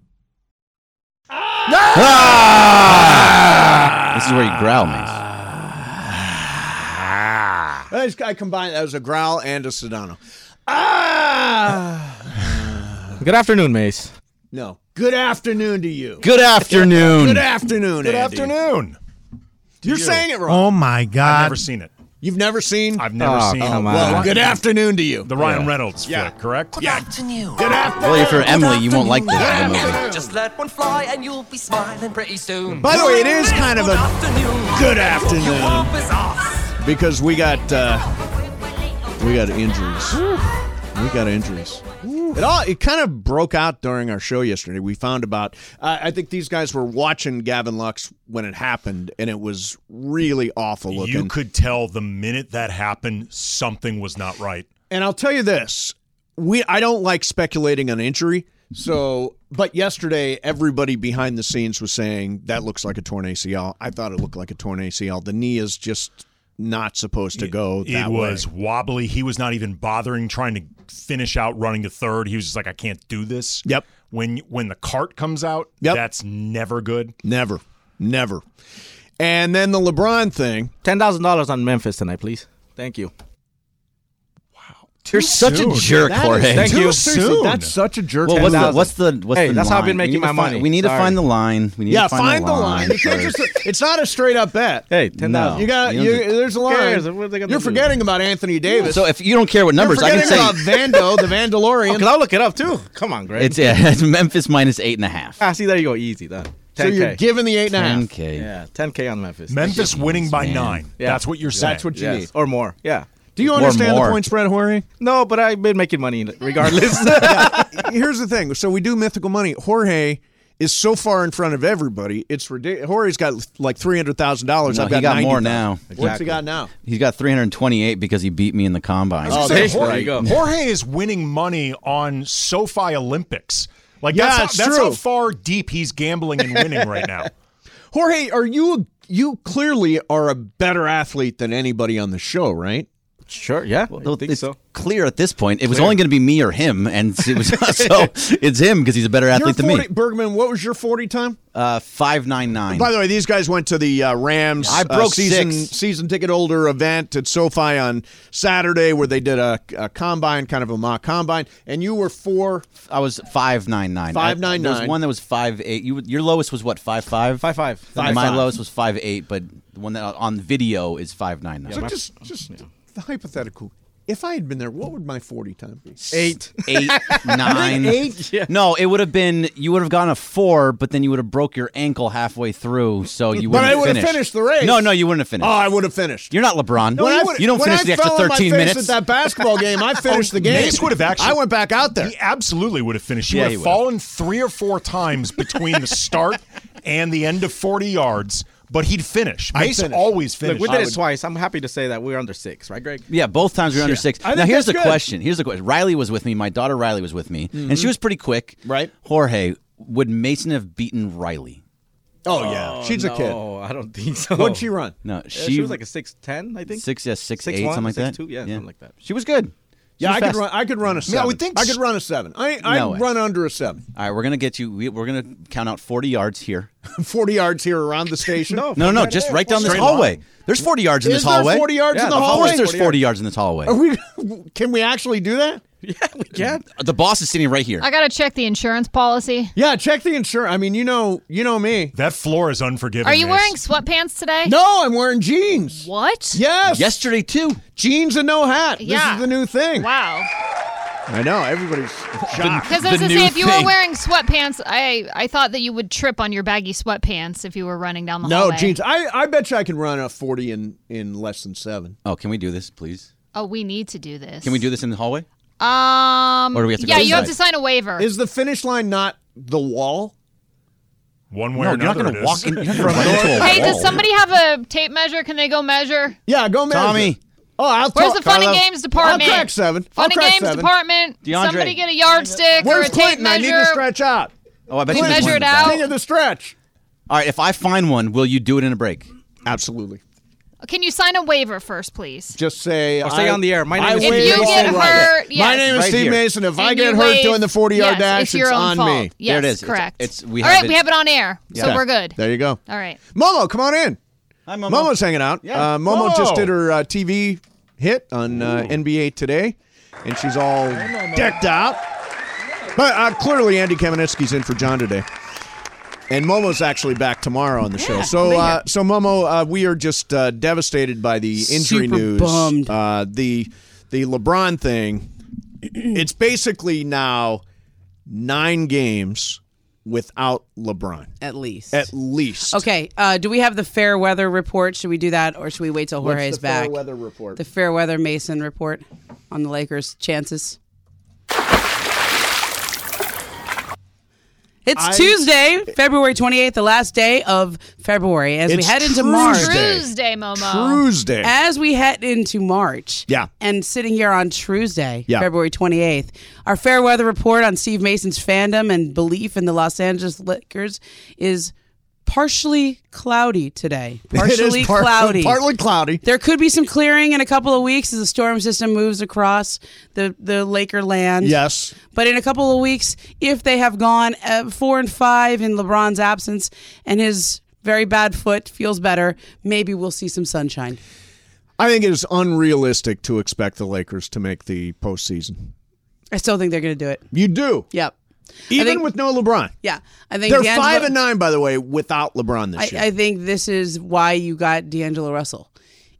Speaker 6: This is where you growl,
Speaker 2: Ah.
Speaker 6: man.
Speaker 1: This guy combined that was a growl and a Sedano. Ah,
Speaker 7: Good afternoon, Mace.
Speaker 1: no. Good afternoon to you.
Speaker 6: Good afternoon.
Speaker 1: Good afternoon. Good
Speaker 4: afternoon.
Speaker 1: You're saying it wrong.
Speaker 8: Oh my
Speaker 4: I've
Speaker 8: God!
Speaker 4: never seen it.
Speaker 1: You've never seen.
Speaker 4: I've never seen
Speaker 6: Oh, come
Speaker 4: it.
Speaker 6: on.
Speaker 1: well, good afternoon to you.
Speaker 4: the Ryan Reynolds
Speaker 1: Yeah.
Speaker 4: flick, correct?
Speaker 1: Good afternoon.
Speaker 6: Well, if you're Emily, you won't like this the movie.
Speaker 9: Just let one fly and you'll be smiling pretty soon.
Speaker 1: By the way, it is kind of a
Speaker 9: afternoon.
Speaker 1: good afternoon because we got uh, we got injuries. We got injuries. It all it kind of broke out during our show yesterday. We found about uh, I think these guys were watching Gavin Lux when it happened, and it was really awful looking.
Speaker 4: You could tell the minute that happened, something was not right.
Speaker 1: And I'll tell you this: we I don't like speculating on injury. So, but yesterday, everybody behind the scenes was saying that looks like a torn ACL. I thought it looked like a torn ACL. The knee is just not supposed to go that
Speaker 4: it was
Speaker 1: way.
Speaker 4: wobbly. He was not even bothering trying to finish out running to third. He was just like, I can't do this.
Speaker 1: Yep.
Speaker 4: When when the cart comes out,
Speaker 1: Yep.
Speaker 4: that's never good.
Speaker 1: Never, never. And then the LeBron thing.
Speaker 7: Ten thousand dollars on Memphis tonight, please. Thank you.
Speaker 6: You're such a jerk,
Speaker 1: That is
Speaker 6: Jorge.
Speaker 1: too
Speaker 7: you.
Speaker 1: seriously,
Speaker 4: Soon.
Speaker 1: That's such a jerk.
Speaker 6: Well, what's the
Speaker 7: 10,000.
Speaker 6: what's the what's
Speaker 7: Hey,
Speaker 6: the
Speaker 7: that's how I've been
Speaker 6: line?
Speaker 7: making
Speaker 6: We need
Speaker 7: my
Speaker 6: to
Speaker 7: money.
Speaker 6: Find, we need to
Speaker 7: Sorry.
Speaker 6: find the line. We need
Speaker 1: yeah,
Speaker 6: to
Speaker 1: find the line. You can't
Speaker 6: first.
Speaker 1: just. It's not a straight up bet.
Speaker 7: Hey, ten
Speaker 6: No.
Speaker 7: thousand.
Speaker 1: You got
Speaker 6: You
Speaker 1: you,
Speaker 6: don't-
Speaker 1: there's a line.
Speaker 7: cares? What are they gonna
Speaker 1: You're
Speaker 7: do?
Speaker 1: forgetting about Anthony Davis.
Speaker 6: so eh, if you don't care what
Speaker 1: You're
Speaker 6: numbers, I can
Speaker 1: forgetting
Speaker 6: say
Speaker 1: about Vando, the Vandalorian.
Speaker 7: Cause I'll look it up too. Come on, Greg.
Speaker 6: it's, yeah, it's Memphis minus eight and a half.
Speaker 7: ah, see, there you go. Easy done.
Speaker 1: so
Speaker 7: Ten
Speaker 1: you're
Speaker 7: k.
Speaker 1: giving the eight and a half.
Speaker 6: 10K.
Speaker 7: yeah, ten k on Memphis.
Speaker 4: Memphis winning by
Speaker 6: man.
Speaker 4: nine.
Speaker 7: Yeah.
Speaker 4: That's what you're saying.
Speaker 1: That's what you need.
Speaker 7: Yes, or more. Yeah.
Speaker 1: Do you
Speaker 6: Or
Speaker 1: understand the
Speaker 6: more.
Speaker 1: point spread, Jorge?
Speaker 7: No, but I've been making money regardless.
Speaker 1: Here's the thing. So we do mythical money. Jorge is so far in front of everybody. It's ridiculous. Jorge's got like three hundred thousand dollars.
Speaker 6: No,
Speaker 1: Oh, I've
Speaker 6: he
Speaker 1: got,
Speaker 6: got more
Speaker 1: 90,000.
Speaker 6: now.
Speaker 1: What's he got now?
Speaker 6: He's got 328 because he beat me in the combine.
Speaker 7: Oh,
Speaker 4: I was gonna
Speaker 7: there- there
Speaker 4: say,
Speaker 7: you go.
Speaker 4: Jorge, Jorge is winning money on SoFi Olympics. Like
Speaker 1: Yeah,
Speaker 4: that's,
Speaker 1: it's
Speaker 4: how, that's
Speaker 1: true.
Speaker 4: how far deep he's gambling and winning right now.
Speaker 1: Jorge, are you you clearly are a better athlete than anybody on the show, right?
Speaker 7: sure. Yeah.
Speaker 6: Well,
Speaker 7: I think
Speaker 6: it's
Speaker 7: so.
Speaker 6: clear at this point. It was only going to be me or him, and it was, so it's him because he's a better athlete
Speaker 1: Your
Speaker 6: than
Speaker 1: 40
Speaker 6: me.
Speaker 1: Bergman, what was your forty time?
Speaker 6: Uh, five nine nine.
Speaker 1: By the way, these guys went to the uh, Rams.
Speaker 6: I
Speaker 1: uh,
Speaker 6: broke
Speaker 1: season
Speaker 6: six.
Speaker 1: season ticket holder event at SoFi on Saturday, where they did a, a combine, kind of a mock combine, and you were four.
Speaker 6: I was five nine nine.
Speaker 1: Five
Speaker 6: I-
Speaker 1: nine
Speaker 6: There was
Speaker 1: nine.
Speaker 6: one that was five eight. You your lowest was what five five
Speaker 7: Five five.
Speaker 1: Five
Speaker 6: My
Speaker 1: five.
Speaker 6: lowest was five eight, but the one that on video is five nine nine.
Speaker 1: So just just the hypothetical. If I had been there, what would my forty time be?
Speaker 7: Eight.
Speaker 6: eight nine.
Speaker 7: Eight? Yeah.
Speaker 6: No, it would have been you would have gone a four, but then you would have broke your ankle halfway through, so you.
Speaker 1: But
Speaker 6: wouldn't
Speaker 1: I would have
Speaker 6: finished.
Speaker 1: finished the race.
Speaker 6: No, no, you wouldn't have
Speaker 1: Oh,
Speaker 6: finished.
Speaker 1: I would have finished.
Speaker 6: You're not LeBron.
Speaker 1: When I
Speaker 6: you,
Speaker 1: would-
Speaker 6: don't
Speaker 1: when
Speaker 6: finish
Speaker 1: I
Speaker 6: the extra
Speaker 1: fell on my
Speaker 6: 13
Speaker 1: face
Speaker 6: minutes.
Speaker 1: at that basketball game. I finished the game.
Speaker 4: Oh, Mace would have actually.
Speaker 1: I went back out there.
Speaker 4: He absolutely would have finished. He
Speaker 6: Yeah,
Speaker 4: would
Speaker 6: he
Speaker 4: have
Speaker 6: would have.
Speaker 4: fallen three or four times between the start and the end of 40 yards, but he'd finish.
Speaker 1: I'd
Speaker 4: Mace
Speaker 1: finish.
Speaker 4: always
Speaker 7: Look,
Speaker 4: finished.
Speaker 7: we
Speaker 4: I
Speaker 7: did it
Speaker 4: would-
Speaker 7: twice. I'm happy to say that we're under six, right, Greg?
Speaker 6: Yeah, both times we were under six.
Speaker 1: I think
Speaker 6: Now here's
Speaker 1: that's
Speaker 6: the
Speaker 1: good.
Speaker 6: question. Here's the question. Riley was with me. My daughter Riley was with me, and she was pretty quick.
Speaker 1: Mm-hmm. Right.
Speaker 6: Jorge, would Mason have beaten Riley?
Speaker 1: Oh, yeah. She's a kid.
Speaker 7: No, I don't think so.
Speaker 1: What'd she run?
Speaker 6: No,
Speaker 7: Uh, she,
Speaker 6: she-
Speaker 7: was like a six ten, I think.
Speaker 6: Six, yeah, six, eight,
Speaker 7: 6'1",
Speaker 6: something like that.
Speaker 7: 6'2", yeah,
Speaker 6: Yeah.
Speaker 7: something like that.
Speaker 6: She was good. She
Speaker 1: Yeah,
Speaker 6: was
Speaker 1: I could
Speaker 6: fast.
Speaker 1: run. I could run a seven.
Speaker 6: I would think
Speaker 1: I
Speaker 6: s-
Speaker 1: could run a seven. I I
Speaker 6: No
Speaker 1: would
Speaker 6: way.
Speaker 1: run under a seven.
Speaker 6: All right, we're gonna get you. We, we're gonna count out forty yards here.
Speaker 1: Forty yards here around the station.
Speaker 6: No, no, no, just right down this
Speaker 1: Oh, Straight line.
Speaker 6: hallway. There's forty yards in
Speaker 1: Is
Speaker 6: this
Speaker 1: there
Speaker 6: hallway.
Speaker 1: 40 yards in the
Speaker 6: Of
Speaker 1: hallway?
Speaker 6: course, there's forty yards in this hallway.
Speaker 1: Are we? Can we actually do that?
Speaker 6: The boss is sitting right here.
Speaker 8: I gotta check the insurance policy.
Speaker 1: Yeah, check the insurance. I mean, you know, you know me.
Speaker 4: That floor is unforgiving.
Speaker 8: Are you wearing sweatpants today?
Speaker 1: No, I'm wearing jeans.
Speaker 8: What?
Speaker 1: Yes.
Speaker 6: Yesterday too.
Speaker 1: Jeans and no hat. This
Speaker 8: Yeah.
Speaker 1: is the new thing.
Speaker 8: Wow.
Speaker 1: I know. Everybody's shocked.
Speaker 8: Because I was
Speaker 6: The
Speaker 8: gonna say,
Speaker 6: new
Speaker 8: if you were
Speaker 6: thing.
Speaker 8: wearing sweatpants, I I thought that you would trip on your baggy sweatpants if you were running down the
Speaker 1: No
Speaker 8: hallway.
Speaker 1: jeans. I, I bet you I can run a forty in in less than seven.
Speaker 6: Oh, can we do this, please?
Speaker 8: Oh, we need to do this.
Speaker 6: Can we do this in the hallway?
Speaker 8: Um.
Speaker 6: Or do we have to go
Speaker 8: yeah, you have
Speaker 6: inside?
Speaker 8: to sign a waiver.
Speaker 1: Is the finish line not the wall?
Speaker 4: One
Speaker 6: No,
Speaker 4: way or
Speaker 6: you're not
Speaker 4: another.
Speaker 6: gonna
Speaker 4: it is.
Speaker 6: walk in. You're not gonna run into a
Speaker 8: hey,
Speaker 6: wall.
Speaker 8: does somebody have a tape measure? Can they go measure?
Speaker 1: Yeah, go measure.
Speaker 6: Tommy.
Speaker 1: Oh, I'll
Speaker 8: Where's
Speaker 1: talk-
Speaker 8: the fun and
Speaker 1: Carlos.
Speaker 8: games department?
Speaker 1: I'll crack seven. I'll
Speaker 8: Fun and
Speaker 1: crack
Speaker 8: games
Speaker 1: seven.
Speaker 8: department.
Speaker 6: DeAndre.
Speaker 8: Somebody get a yardstick or
Speaker 1: Where's
Speaker 8: a tape
Speaker 1: Clinton? I need
Speaker 8: measure.
Speaker 1: to stretch out.
Speaker 6: Oh, I bet
Speaker 8: Can
Speaker 6: you
Speaker 8: we
Speaker 6: there's one
Speaker 8: measure
Speaker 6: in
Speaker 8: it
Speaker 6: the back.
Speaker 8: out?
Speaker 1: King of the stretch.
Speaker 6: All right, if I find one, will you do it in a break?
Speaker 1: Absolutely.
Speaker 8: Can you sign a waiver first, please?
Speaker 1: Just say.
Speaker 7: Or say
Speaker 1: I-
Speaker 7: on the air, my
Speaker 1: I
Speaker 7: name is
Speaker 8: If
Speaker 1: waive
Speaker 8: you
Speaker 1: all
Speaker 8: get
Speaker 1: rights.
Speaker 8: hurt, yes.
Speaker 1: My name is
Speaker 6: Right
Speaker 1: Steve
Speaker 6: here.
Speaker 1: Mason. If I
Speaker 8: And
Speaker 1: get
Speaker 8: you
Speaker 1: hurt
Speaker 8: waive-
Speaker 1: doing the 40 yard
Speaker 8: yes,
Speaker 1: dash,
Speaker 8: it's, your own
Speaker 1: on
Speaker 8: fault.
Speaker 1: me.
Speaker 8: Yes,
Speaker 6: There it is. It's-
Speaker 8: Correct.
Speaker 6: it's- we
Speaker 8: All
Speaker 6: have
Speaker 8: right,
Speaker 6: it-
Speaker 8: we have it on air, so
Speaker 1: Okay.
Speaker 8: we're good.
Speaker 1: There you go.
Speaker 8: All right.
Speaker 1: Momo, come on in.
Speaker 6: Hi,
Speaker 1: Momo's hanging out.
Speaker 6: Yeah.
Speaker 1: Uh, Momo,
Speaker 4: Momo.
Speaker 1: just did her uh, TV hit on uh, NBA today, and she's all decked out. But uh, clearly, Andy Kamenetsky's in for John today. And Momo's actually back tomorrow on the show. So, uh, so Momo, uh, we are just uh, devastated by the injury
Speaker 10: Super
Speaker 1: news.
Speaker 10: bummed.
Speaker 1: Uh, the the LeBron thing. it's basically now nine games without LeBron,
Speaker 10: at least.
Speaker 1: at least.
Speaker 10: Okay. Uh, do we have the fair weather report? Should we do that, or should we wait till
Speaker 1: What's
Speaker 10: Jorge is
Speaker 1: the fair
Speaker 10: back?
Speaker 1: weather report?
Speaker 10: The fair weather Mason report on the Lakers' chances. It's
Speaker 1: I-
Speaker 10: Tuesday, February 28th, the last day of February. As we
Speaker 1: It's
Speaker 10: head into
Speaker 1: Tuesday.
Speaker 10: March,
Speaker 8: Tuesday, Momo.
Speaker 1: Tuesday.
Speaker 10: as we head into March,
Speaker 1: Yeah.
Speaker 10: and sitting here on Tuesday,
Speaker 1: Yeah.
Speaker 10: February 28th, our fair weather report on Steve Mason's fandom and belief in the Los Angeles Lakers is partially cloudy today. Partially
Speaker 1: it is par-
Speaker 10: cloudy.
Speaker 1: Partly cloudy.
Speaker 10: There could be some clearing in a couple of weeks as the storm system moves across the, the Laker land.
Speaker 1: Yes.
Speaker 10: But in a couple of weeks, if they have gone uh, four and five in LeBron's absence and his very bad foot feels better, maybe we'll see some sunshine.
Speaker 1: I think it is unrealistic to expect the Lakers to make the postseason.
Speaker 10: I still think they're going to do it.
Speaker 1: You do.
Speaker 10: Yep.
Speaker 1: Even
Speaker 10: think-
Speaker 1: with no LeBron.
Speaker 10: Yeah. I think
Speaker 1: They're
Speaker 10: D'Angelo-
Speaker 1: five and nine, by the way, without LeBron this year.
Speaker 10: I, I think this is why you got D'Angelo Russell.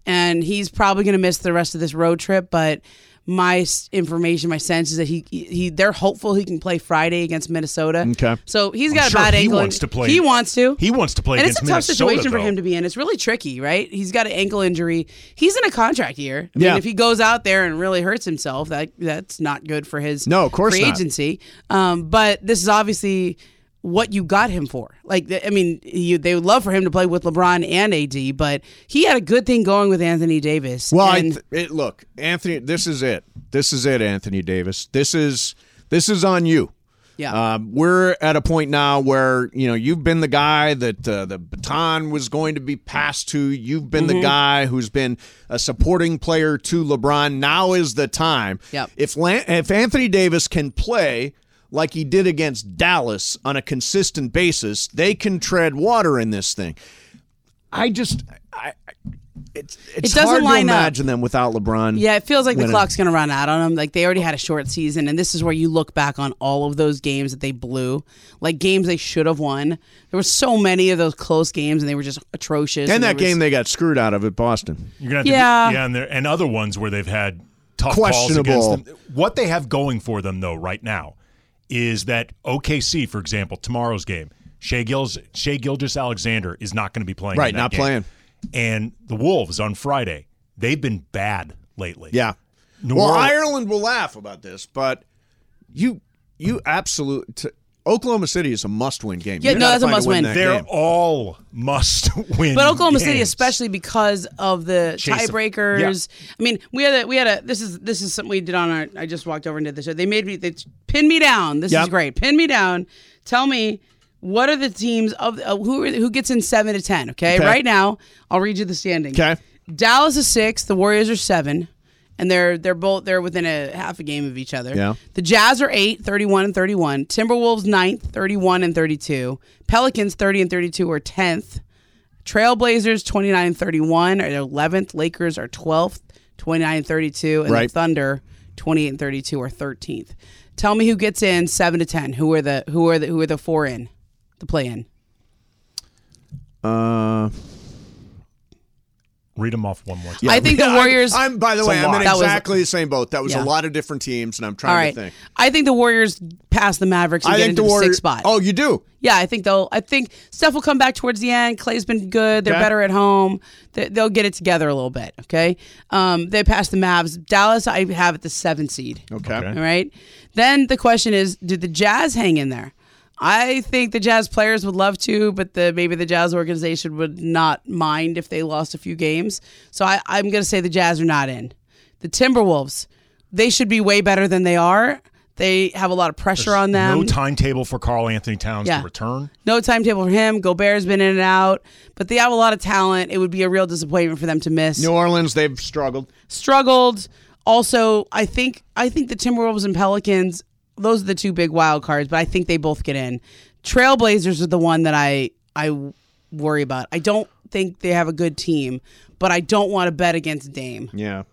Speaker 10: And he's probably going to miss the rest of this road trip, but my s- information, my sense is that he, he they're hopeful he can play Friday against Minnesota.
Speaker 1: Okay.
Speaker 10: So he's got a
Speaker 4: sure
Speaker 10: bad
Speaker 4: he
Speaker 10: ankle.
Speaker 4: wants to play-
Speaker 10: He wants to.
Speaker 4: He wants to play
Speaker 10: And it's a
Speaker 4: against
Speaker 10: tough
Speaker 4: Minnesota,
Speaker 10: situation for
Speaker 4: though.
Speaker 10: him to be in. It's really tricky, right? He's got an ankle injury. He's in a contract year. I
Speaker 1: Yeah.
Speaker 10: mean, if he goes out there and really hurts himself, that that's not good for his
Speaker 1: No, of course
Speaker 10: free
Speaker 1: not.
Speaker 10: agency. Um, but this is obviously what you got him for. Like, th- I mean, you, they would love for him to play with LeBron and AD, but he had a good thing going with Anthony Davis.
Speaker 1: well, I
Speaker 10: and
Speaker 1: th- it, look, Anthony, this is it. This is it, Anthony Davis. This is this is on you.
Speaker 10: yeah,
Speaker 1: Um, we're at a point now where you know you've been the guy that uh, the baton was going to be passed to. You've been
Speaker 10: Mm-hmm.
Speaker 1: the guy who's been a supporting player to LeBron. Now is the time.
Speaker 10: Yep.
Speaker 1: If Lan- if Anthony Davis can play like he did against Dallas on a consistent basis, they can tread water in this thing. I just, I, I- it's it's
Speaker 10: doesn't
Speaker 1: hard to
Speaker 10: line up.
Speaker 1: imagine them without LeBron.
Speaker 10: yeah, it feels like the
Speaker 1: winning.
Speaker 10: clock's going to run out on him. Like they already had a short season, and this is where you look back on all of those games that they blew, like games they should have won. There were so many of those close games, and they were just atrocious.
Speaker 1: And that
Speaker 10: there was-
Speaker 1: game they got screwed out of at Boston.
Speaker 4: You're gonna have to
Speaker 10: Yeah.
Speaker 4: Be, yeah, and, there, and other ones where they've had tough calls
Speaker 1: Questionable.
Speaker 4: against them. What they have going for them though right now is that OKC, for example, tomorrow's game, Shea Gills, Shea Gilgis Alexander is not going to be playing. in
Speaker 1: Right,
Speaker 4: that
Speaker 1: not
Speaker 4: game.
Speaker 1: playing.
Speaker 4: And the Wolves on Friday, they've been bad lately.
Speaker 1: Yeah.
Speaker 4: New
Speaker 1: well,
Speaker 4: Orleans-
Speaker 1: Ireland will laugh about this, but you you absolute t- Oklahoma City is a must-win game.
Speaker 10: Yeah,
Speaker 1: You
Speaker 10: no,
Speaker 1: gotta
Speaker 10: that's a
Speaker 1: find
Speaker 10: must-win.
Speaker 1: that
Speaker 4: they're
Speaker 1: game.
Speaker 4: all must win.
Speaker 10: But Oklahoma City,
Speaker 4: games.
Speaker 10: especially because of the
Speaker 4: Chase them.
Speaker 10: tiebreakers. I mean, we had a, we had a this is this is something we did on our. I just walked over and did the show. They made me they pinned me down. This
Speaker 1: Yep.
Speaker 10: is great. Pin me down. Tell me What are the teams of uh, who are, who gets in seven to ten? Okay?
Speaker 11: Okay.
Speaker 10: right now I'll read you the standings.
Speaker 1: Okay,
Speaker 10: Dallas is six, the Warriors are seven, and they're they're both they're within a half a game of each other.
Speaker 1: Yeah.
Speaker 10: The Jazz are 8, 31 and 31. Timberwolves ninth, 31 and 32. Pelicans 30 and 32 are 10th. Trailblazers 29 and 31 are 11th. Lakers are 12th, 29 and 32. And
Speaker 1: Right.
Speaker 10: the Thunder 28 and 32 are 13th. Tell me who gets in 7 to 10. Who are the who are the who are the four in? The play in.
Speaker 1: Uh,
Speaker 4: Read them off one more time.
Speaker 10: I think the
Speaker 1: I'm-
Speaker 10: Warriors-
Speaker 1: I'm, by the
Speaker 10: It's a
Speaker 1: way, I'm
Speaker 10: lot.
Speaker 1: in
Speaker 10: That was-
Speaker 1: exactly the same boat. That was
Speaker 10: Yeah.
Speaker 1: a lot of different teams, and I'm
Speaker 10: All
Speaker 1: trying
Speaker 10: right.
Speaker 1: to think.
Speaker 10: I think the Warriors pass the Mavericks and
Speaker 1: I
Speaker 10: get
Speaker 1: think
Speaker 10: into
Speaker 1: the
Speaker 10: the,
Speaker 1: Warriors.
Speaker 10: sixth spot.
Speaker 1: Oh, you do.
Speaker 10: Yeah, I think they'll. I think Steph will come back towards the end. Clay's been good. They're
Speaker 1: Okay.
Speaker 10: better at home. They, they'll get it together a little bit. Okay. Um, they pass the Mavs. Dallas, I have at the seventh seed.
Speaker 1: Okay.
Speaker 10: All right. Then the question is, did the Jazz hang in there? I think the Jazz players would love to, but the maybe the Jazz organization would not mind if they lost a few games. So I, I'm going to say the Jazz are not in. The Timberwolves, they should be way better than they are. They have a lot of pressure on them.
Speaker 4: No timetable for Carl Anthony Towns
Speaker 10: Yeah.
Speaker 4: to return.
Speaker 10: No timetable for him. Gobert's been in and out, but they have a lot of talent. It would be a real disappointment for them to miss.
Speaker 1: New Orleans, they've struggled.
Speaker 10: Struggled. Also, I think I think the Timberwolves and Pelicans, those are the two big wild cards, but I think they both get in. Trailblazers are the one that I I worry about. I don't think they have a good team, but I don't want to bet against Dame.
Speaker 1: Yeah.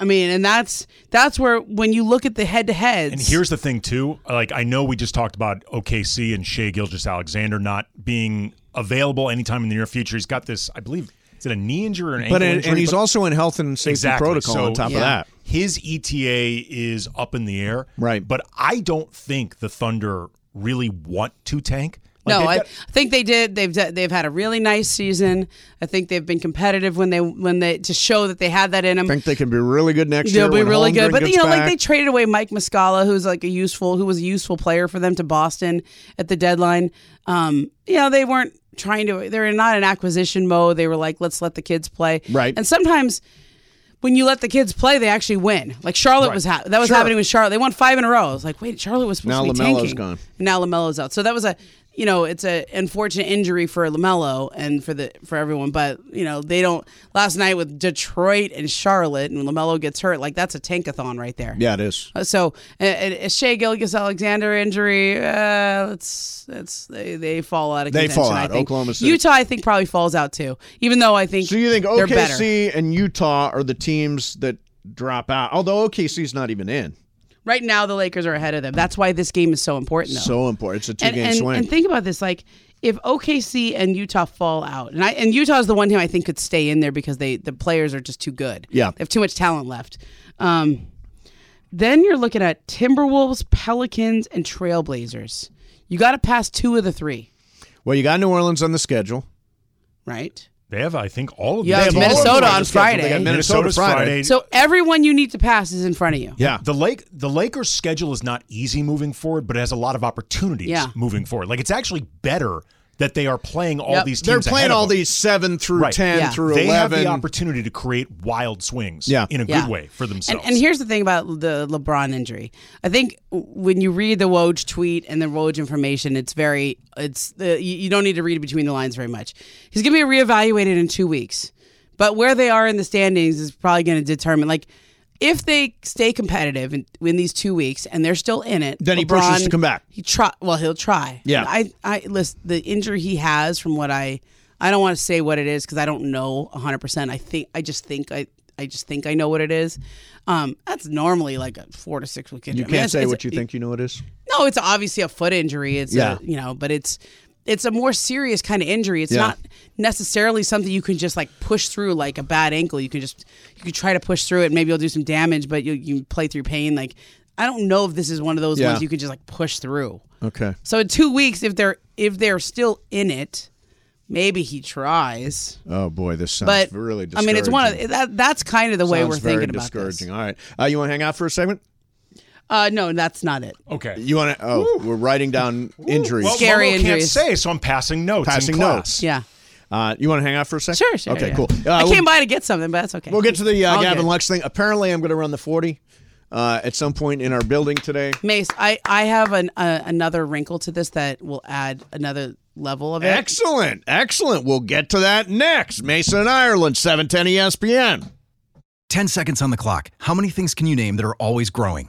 Speaker 10: I mean, and that's that's where when you look at the head to
Speaker 4: And
Speaker 10: heads.
Speaker 4: here's the thing too. Like I know we just talked about OKC and Shea Gilgis Alexander not being available anytime in the near future. He's got this, I believe, is it a knee injury or an
Speaker 1: But
Speaker 4: ankle
Speaker 1: and,
Speaker 4: injury?
Speaker 1: and he's
Speaker 4: But-
Speaker 1: also in health and safety
Speaker 4: Exactly.
Speaker 1: protocol
Speaker 4: So
Speaker 1: on top
Speaker 4: yeah.
Speaker 1: of that.
Speaker 4: His ETA is up in the air. Right. But I don't think the Thunder really want to tank. Like,
Speaker 10: no,
Speaker 4: they've
Speaker 10: I,
Speaker 4: got-
Speaker 10: I think they did. They've d- they've had a really nice season. I think they've been competitive when they when they to show that they had that in them.
Speaker 1: I think they can be really good next year.
Speaker 10: They'll be
Speaker 1: when
Speaker 10: really
Speaker 1: Holmgren
Speaker 10: good, but you
Speaker 1: gets
Speaker 10: know, like
Speaker 1: back.
Speaker 10: they traded away Mike Muscala, who's like a useful, who was a useful player for them to Boston at the deadline. Um, you know, they weren't trying to. They're not in acquisition mode. They were like, let's let the kids play.
Speaker 1: Right.
Speaker 10: And sometimes when you let the kids play, they actually win. Like Charlotte was ha- that was
Speaker 1: Sure.
Speaker 10: happening with Charlotte. They won five in a row. It's like, wait, Charlotte was supposed
Speaker 1: Now
Speaker 10: to be
Speaker 1: LaMelo's
Speaker 10: tanking.
Speaker 1: gone.
Speaker 10: And now Lamelo's out. So that was a you know it's a unfortunate injury for Lamelo and for the for everyone. But you know they don't. Last night with Detroit and Charlotte and Lamelo gets hurt. Like that's a tankathon right there.
Speaker 1: Yeah, it is.
Speaker 10: Uh, So uh, uh, Shea Gilgis Alexander injury. Uh, that's that's they, they fall out of
Speaker 1: They
Speaker 10: contention,
Speaker 1: fall
Speaker 10: I
Speaker 1: out.
Speaker 10: think.
Speaker 1: Oklahoma City.
Speaker 10: Utah I think probably falls out too. Even though I think so you think they're better.
Speaker 1: OKC and Utah are the teams that drop out. Although OKC's not even in.
Speaker 10: Right now, the Lakers are ahead of them. That's why this game is so important, though.
Speaker 1: So important. It's a two
Speaker 10: and,
Speaker 1: game
Speaker 10: and,
Speaker 1: swing.
Speaker 10: and think about this: like, if OKC and Utah fall out, and I and Utah's the one who I think could stay in there because they the players are just too good.
Speaker 1: Yeah.
Speaker 10: they have too much talent left. Um, then you're looking at Timberwolves, Pelicans, and Trailblazers. You got to pass two of the three,
Speaker 1: well, you got New Orleans on the schedule.
Speaker 10: right?
Speaker 4: They have, I think, all of
Speaker 10: You
Speaker 4: them.
Speaker 10: have
Speaker 4: They all of them
Speaker 10: Minnesota on
Speaker 4: the schedule.
Speaker 10: Friday.
Speaker 4: They got Minnesota
Speaker 1: Minnesota's
Speaker 4: Friday.
Speaker 10: So everyone you need to pass is in front of you.
Speaker 1: Yeah.
Speaker 4: The Lake the Lakers schedule is not easy moving forward, but it has a lot of opportunities
Speaker 10: Yeah.
Speaker 4: moving forward. Like it's actually better that they are playing all
Speaker 1: Yep.
Speaker 4: these
Speaker 1: They're
Speaker 4: teams.
Speaker 1: playing
Speaker 4: ahead of
Speaker 1: all
Speaker 4: them.
Speaker 1: these seven through
Speaker 4: Right.
Speaker 1: 10 Yeah. through
Speaker 4: they have the
Speaker 1: 11.
Speaker 4: opportunity to create wild swings
Speaker 1: Yeah.
Speaker 4: in a
Speaker 10: Yeah.
Speaker 4: good way for themselves.
Speaker 10: And, and here's the thing about the LeBron injury. I think when you read the Woj tweet and the Woj information, it's very it's the you you don't need to read between the lines very much. He's going to be reevaluated in two weeks, but where they are in the standings is probably going to determine like. If they stay competitive in, in these two weeks and they're still in it,
Speaker 1: Then he pushes to come back.
Speaker 10: He try well, he'll try.
Speaker 1: Yeah.
Speaker 10: I, I listen. The injury he has, from what I, I don't want to say what it is because I don't know 100. percent I think I just think I, I just think I know what it is. Um, that's normally like a four to six week injury.
Speaker 1: You
Speaker 10: I
Speaker 1: can't
Speaker 10: mean, it's-
Speaker 1: say
Speaker 10: it's-
Speaker 1: what you think you know it is.
Speaker 10: No, it's obviously a foot injury. It's
Speaker 1: Yeah.
Speaker 10: a, you know, but it's it's a more serious kind of injury. It's
Speaker 1: Yeah.
Speaker 10: not necessarily something you can just like push through like a bad ankle. You can just you can try to push through it. Maybe you'll do some damage, but you you play through pain. Like I don't know if this is one of those
Speaker 1: Yeah.
Speaker 10: ones you can just like push through.
Speaker 1: Okay.
Speaker 10: So in two weeks, if they're if they're still in it, maybe he tries.
Speaker 1: Oh boy, this sounds
Speaker 10: but
Speaker 1: really
Speaker 10: I
Speaker 1: discouraging.
Speaker 10: mean, it's one of that. That's kind of the way
Speaker 1: Sounds
Speaker 10: we're
Speaker 1: very
Speaker 10: thinking about this.
Speaker 1: discouraging. All right. Uh, you want to hang out for a segment?
Speaker 10: Uh, no, that's not it.
Speaker 4: Okay.
Speaker 1: You want to Oh, we're writing down injuries.
Speaker 4: Well,
Speaker 10: Scary
Speaker 4: Momo
Speaker 10: injuries.
Speaker 4: can't say, so I'm passing notes. in
Speaker 1: Passing
Speaker 4: class.
Speaker 1: notes.
Speaker 10: Yeah.
Speaker 1: Uh, you want to hang out for a second?
Speaker 10: Sure, sure.
Speaker 1: Okay,
Speaker 10: yeah.
Speaker 1: cool. Uh,
Speaker 10: I
Speaker 1: we'll-
Speaker 10: came by to get something, but that's okay.
Speaker 1: We'll get to the uh,
Speaker 10: All
Speaker 1: Gavin
Speaker 10: good.
Speaker 1: Lux thing. Apparently, I'm going to run the 40. uh, at some point in our building today.
Speaker 10: Mace, I, I have an, uh, another wrinkle to this that will add another level of it.
Speaker 1: Excellent. Excellent. We'll get to that next. Mason and Ireland, E 710 ESPN.
Speaker 12: 10 seconds on the clock. How many things can you name that are always growing?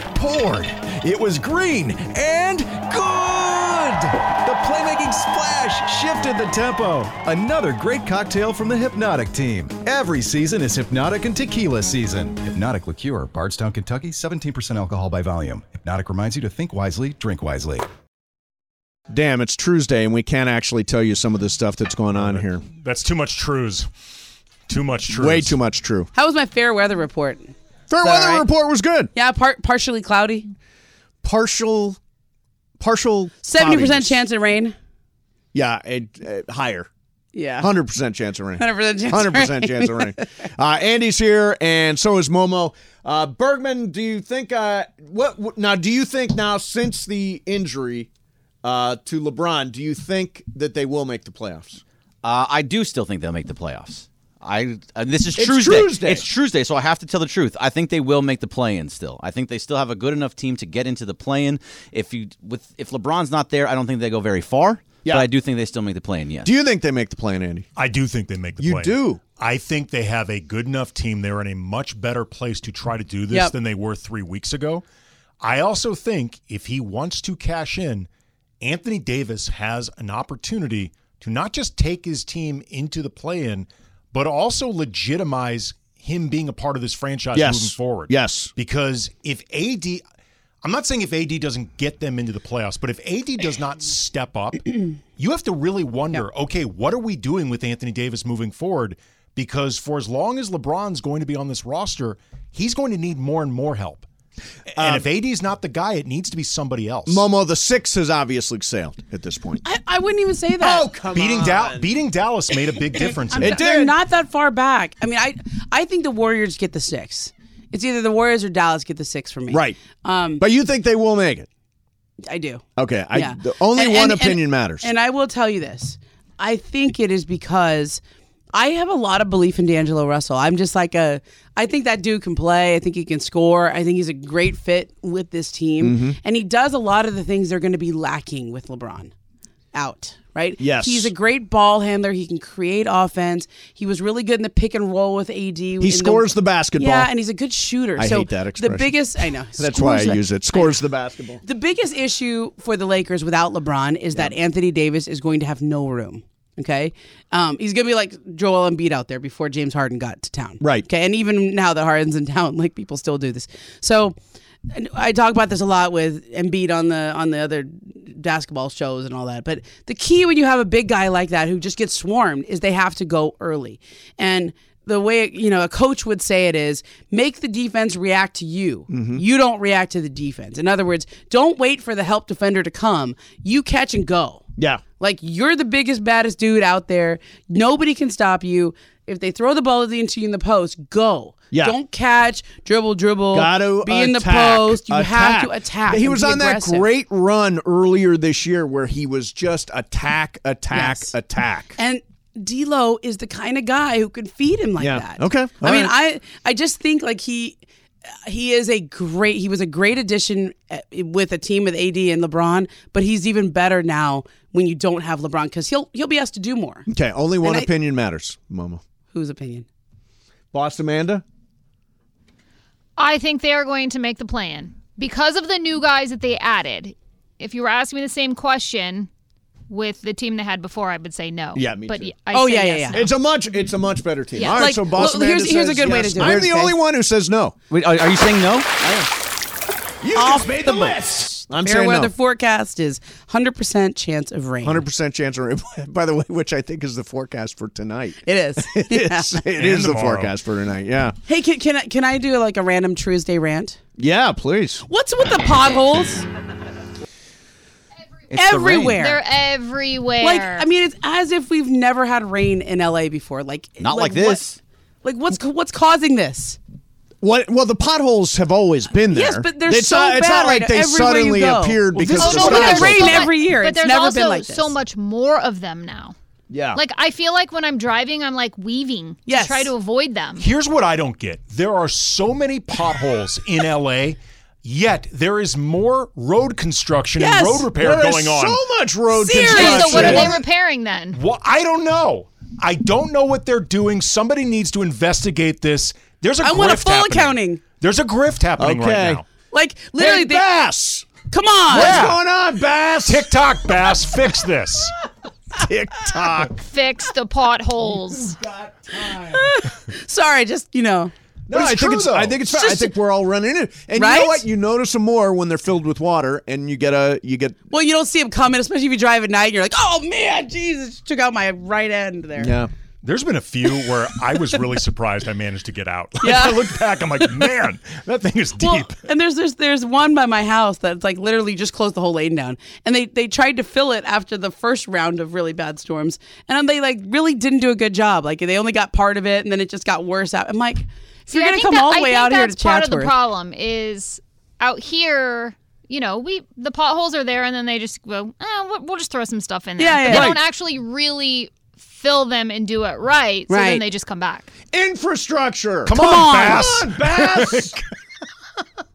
Speaker 12: poured. It was green and good! The playmaking splash shifted the tempo. Another great cocktail from the Hypnotic team. Every season is Hypnotic and Tequila season. Hypnotic Liqueur, Bardstown, Kentucky, 17% alcohol by volume. Hypnotic reminds you to think wisely, drink wisely.
Speaker 1: Damn, it's Tuesday, and we can't actually tell you some of the stuff that's going on here.
Speaker 4: That's too much trues. Too much trues.
Speaker 1: Way too much true.
Speaker 10: How was my fair weather report?
Speaker 1: Fair weather report was good.
Speaker 10: Yeah, par- partially cloudy.
Speaker 1: Partial, partial.
Speaker 10: Seventy percent
Speaker 1: cloudiness.
Speaker 10: chance of rain.
Speaker 1: Yeah, it, uh, higher.
Speaker 10: Yeah.
Speaker 1: Hundred percent chance of rain.
Speaker 10: 100% chance of
Speaker 1: 100%
Speaker 10: rain.
Speaker 1: chance of rain. Uh, Andy's here, and so is Momo. Uh, Bergman, do you think? Uh, what, what now? Do you think now since the injury uh, to LeBron, do you think that they will make the playoffs?
Speaker 6: Uh, I do still think they'll make the playoffs. I and this is
Speaker 1: It's
Speaker 6: Tuesday.
Speaker 1: Tuesday.
Speaker 6: It's Tuesday, so I have to tell the truth. I think they will make the play-in still. I think they still have a good enough team to get into the play-in. If you with if LeBron's not there, I don't think they go very far.
Speaker 1: Yeah.
Speaker 6: But I do think they still make the play-in. Yes.
Speaker 1: Do you think they make the plan, Andy?
Speaker 4: I do think they make the
Speaker 1: You
Speaker 4: play.
Speaker 1: do?
Speaker 4: I think they have a good enough team. They're in a much better place to try to do this
Speaker 1: Yep.
Speaker 4: than they were three weeks ago. I also think if he wants to cash in, Anthony Davis has an opportunity to not just take his team into the play in, but also legitimize him being a part of this franchise
Speaker 1: Yes.
Speaker 4: moving forward.
Speaker 1: Yes.
Speaker 4: Because if AD, I'm not saying if AD doesn't get them into the playoffs, but if AD does not step up, you have to really wonder okay, what are we doing with Anthony Davis moving forward? Because for as long as LeBron's going to be on this roster, he's going to need more and more help. And if AD's not the guy, it needs to be somebody else.
Speaker 1: Um, Momo, the six has obviously sailed at this point.
Speaker 10: I, I wouldn't even say that. Oh come
Speaker 4: beating Dal- beating Dallas made a big difference. in
Speaker 10: I'm not-
Speaker 4: that.
Speaker 10: They're not that far back. I mean, I I think the Warriors get the six. It's either the Warriors or Dallas get the six for me.
Speaker 1: Right.
Speaker 10: Um,
Speaker 1: but you think they will make it?
Speaker 10: I do.
Speaker 1: Okay. I,
Speaker 10: Yeah.
Speaker 1: The only
Speaker 10: And-
Speaker 1: one
Speaker 10: and- and-
Speaker 1: opinion matters.
Speaker 10: And I will tell you this. I think it is because I have a lot of belief in D'Angelo Russell. I'm just like a I think that dude can play. I think he can score. I think he's a great fit with this team.
Speaker 1: Mm-hmm.
Speaker 11: Mhm.
Speaker 10: And he does a lot of the things they're going to be lacking with LeBron out, right?
Speaker 11: Yes.
Speaker 10: He's a great ball handler. He can create offense. He was really good in the pick and roll with AD.
Speaker 1: he scores the, basketball.
Speaker 10: Yeah, and he's a good shooter.
Speaker 1: I
Speaker 10: so
Speaker 1: hate that expression.
Speaker 10: The biggest I know.
Speaker 1: That's why I
Speaker 10: Scores the-
Speaker 1: use it. Scores the basketball.
Speaker 10: the biggest issue for the Lakers without LeBron is that Anthony Davis is going to have no room. Okay, um, he's gonna be like Joel Embiid out there before James Harden got to town.
Speaker 1: Right.
Speaker 10: Okay, and even now that Harden's in town, like people still do this. So and I talk about this a lot with Embiid on the on the other basketball shows and all that. But the key when you have a big guy like that who just gets swarmed is they have to go early. And the way you know a coach would say it is make the defense react to you. You don't react to the defense. In other words, don't wait for the help defender to come. You catch and go.
Speaker 1: Yeah.
Speaker 10: Like you're the biggest baddest dude out there. Nobody can stop you. If they throw the ball into you in the post, go.
Speaker 1: Yeah.
Speaker 10: Don't catch, dribble, dribble.
Speaker 1: Got to
Speaker 10: be in the
Speaker 1: attack.
Speaker 10: post. You have to attack.
Speaker 1: He
Speaker 10: and
Speaker 1: was
Speaker 10: be
Speaker 1: on
Speaker 10: aggressive.
Speaker 1: that great run earlier this year where he was just attack, attack, attack.
Speaker 10: And D'Lo is the kind of guy who can feed him like
Speaker 1: Yeah.
Speaker 10: that.
Speaker 1: Okay.
Speaker 10: I
Speaker 1: All
Speaker 10: mean,
Speaker 1: right.
Speaker 10: I I just think like he he is a great he was a great addition uh, with a team with AD and LeBron, but he's even better now when you don't have LeBron because he'll he'll be asked to do more.
Speaker 1: Okay, only one
Speaker 10: And I-
Speaker 1: opinion matters, Momo.
Speaker 10: Whose opinion?
Speaker 1: Boss Amanda?
Speaker 8: I think they are going to make the plan because of the new guys that they added. If you were asking me the same question, with the team they had before, I would say no.
Speaker 1: Yeah, me
Speaker 8: but
Speaker 1: too.
Speaker 8: y- I
Speaker 1: Oh,
Speaker 8: say
Speaker 1: yeah, yeah,
Speaker 8: yes
Speaker 1: yeah.
Speaker 8: now.
Speaker 1: It's a much, it's a much better team.
Speaker 8: Yeah.
Speaker 1: All right,
Speaker 8: Like,
Speaker 1: so Boss
Speaker 8: well, here's-
Speaker 1: Amanda
Speaker 8: here's a
Speaker 1: says
Speaker 8: good way to
Speaker 1: yes.
Speaker 8: do it.
Speaker 1: I'm the
Speaker 8: Okay.
Speaker 1: only one who says no.
Speaker 6: Wait, are, are you saying no?
Speaker 1: You just made the list. I'm
Speaker 10: Fair
Speaker 1: saying
Speaker 10: weather
Speaker 1: no.
Speaker 10: forecast is 100% chance of rain.
Speaker 1: Hundred percent chance of rain. By the way, which I think is the forecast for tonight.
Speaker 10: It is.
Speaker 1: It is. It
Speaker 10: And
Speaker 1: is the
Speaker 10: tomorrow.
Speaker 1: forecast for tonight. Yeah.
Speaker 10: Hey, can, can I can I do like a random Tuesday rant?
Speaker 1: Yeah, please.
Speaker 10: What's with the potholes? everywhere.
Speaker 8: They're everywhere.
Speaker 10: Like I mean, it's as if we've never had rain in LA before. Like
Speaker 8: Not like
Speaker 10: what-
Speaker 8: this.
Speaker 10: like what's what's causing this?
Speaker 1: What? Well, the potholes have always been there.
Speaker 10: Yes, but they're
Speaker 1: it's
Speaker 10: so
Speaker 1: not, It's not
Speaker 10: bad
Speaker 1: like they
Speaker 10: everywhere you
Speaker 1: suddenly
Speaker 10: go.
Speaker 1: appeared
Speaker 10: Well,
Speaker 1: because
Speaker 10: this
Speaker 1: the
Speaker 10: is- Oh, no,
Speaker 1: skies
Speaker 10: but
Speaker 1: were-
Speaker 10: rain
Speaker 8: But-
Speaker 10: every year.
Speaker 8: But
Speaker 10: It's
Speaker 8: there's
Speaker 10: never
Speaker 8: also
Speaker 10: been like this.
Speaker 8: so much more of them now.
Speaker 1: Yeah.
Speaker 8: Like I feel like when I'm driving, I'm like weaving to try to avoid them.
Speaker 4: Here's what I don't get there are so many potholes in LA. Yet there is more road construction
Speaker 8: Yes.
Speaker 4: and road repair
Speaker 8: There is
Speaker 4: going on.
Speaker 1: so much road
Speaker 8: Seriously, so what are they repairing then?
Speaker 4: Well, I don't know. I don't know what they're doing. Somebody needs to investigate this. There's a
Speaker 10: I
Speaker 4: grift
Speaker 10: want a full
Speaker 4: happening.
Speaker 10: accounting.
Speaker 4: There's a grift happening
Speaker 10: Okay.
Speaker 4: right now.
Speaker 10: Like literally, they,
Speaker 1: Bass.
Speaker 10: Come on.
Speaker 1: on, Bass?
Speaker 4: TikTok, Bass, fix this.
Speaker 1: TikTok.
Speaker 8: Fix the potholes.
Speaker 10: Sorry, just you know.
Speaker 1: No, I think it's. I think it's. fair. I think we're all running it. And you
Speaker 10: Right?
Speaker 1: know what? You notice them more when they're filled with water, and you get a. You get.
Speaker 10: Well, you don't see them coming, especially if you drive at night. And you're like, oh man, Jesus, took out my right end there.
Speaker 4: There's been a few where I was really surprised I managed to get out. Like,
Speaker 10: Yeah.
Speaker 4: I look back, I'm like, man, that thing is deep.
Speaker 10: Well, and there's there's there's one by my house that's like literally just closed the whole lane down, and they they tried to fill it after the first round of really bad storms, and they like really didn't do a good job. Like they only got part of it, and then it just got worse out. I'm like, if
Speaker 8: See,
Speaker 10: you're
Speaker 8: I
Speaker 10: gonna
Speaker 8: think
Speaker 10: come
Speaker 8: that-
Speaker 10: all
Speaker 8: I
Speaker 10: the way
Speaker 8: think
Speaker 10: out here to
Speaker 8: that's part of the
Speaker 10: Chatsworth,
Speaker 8: problem is out here. You know, we the potholes are there, and then they just go. Eh, we'll, we'll just throw some stuff in there.
Speaker 10: Yeah, yeah,
Speaker 8: but they
Speaker 10: yeah.
Speaker 8: don't actually really fill them and do it right. So then
Speaker 10: Right.
Speaker 8: they just come back.
Speaker 1: Infrastructure.
Speaker 10: Come Come on, on. Bass.
Speaker 1: Come on, Bass.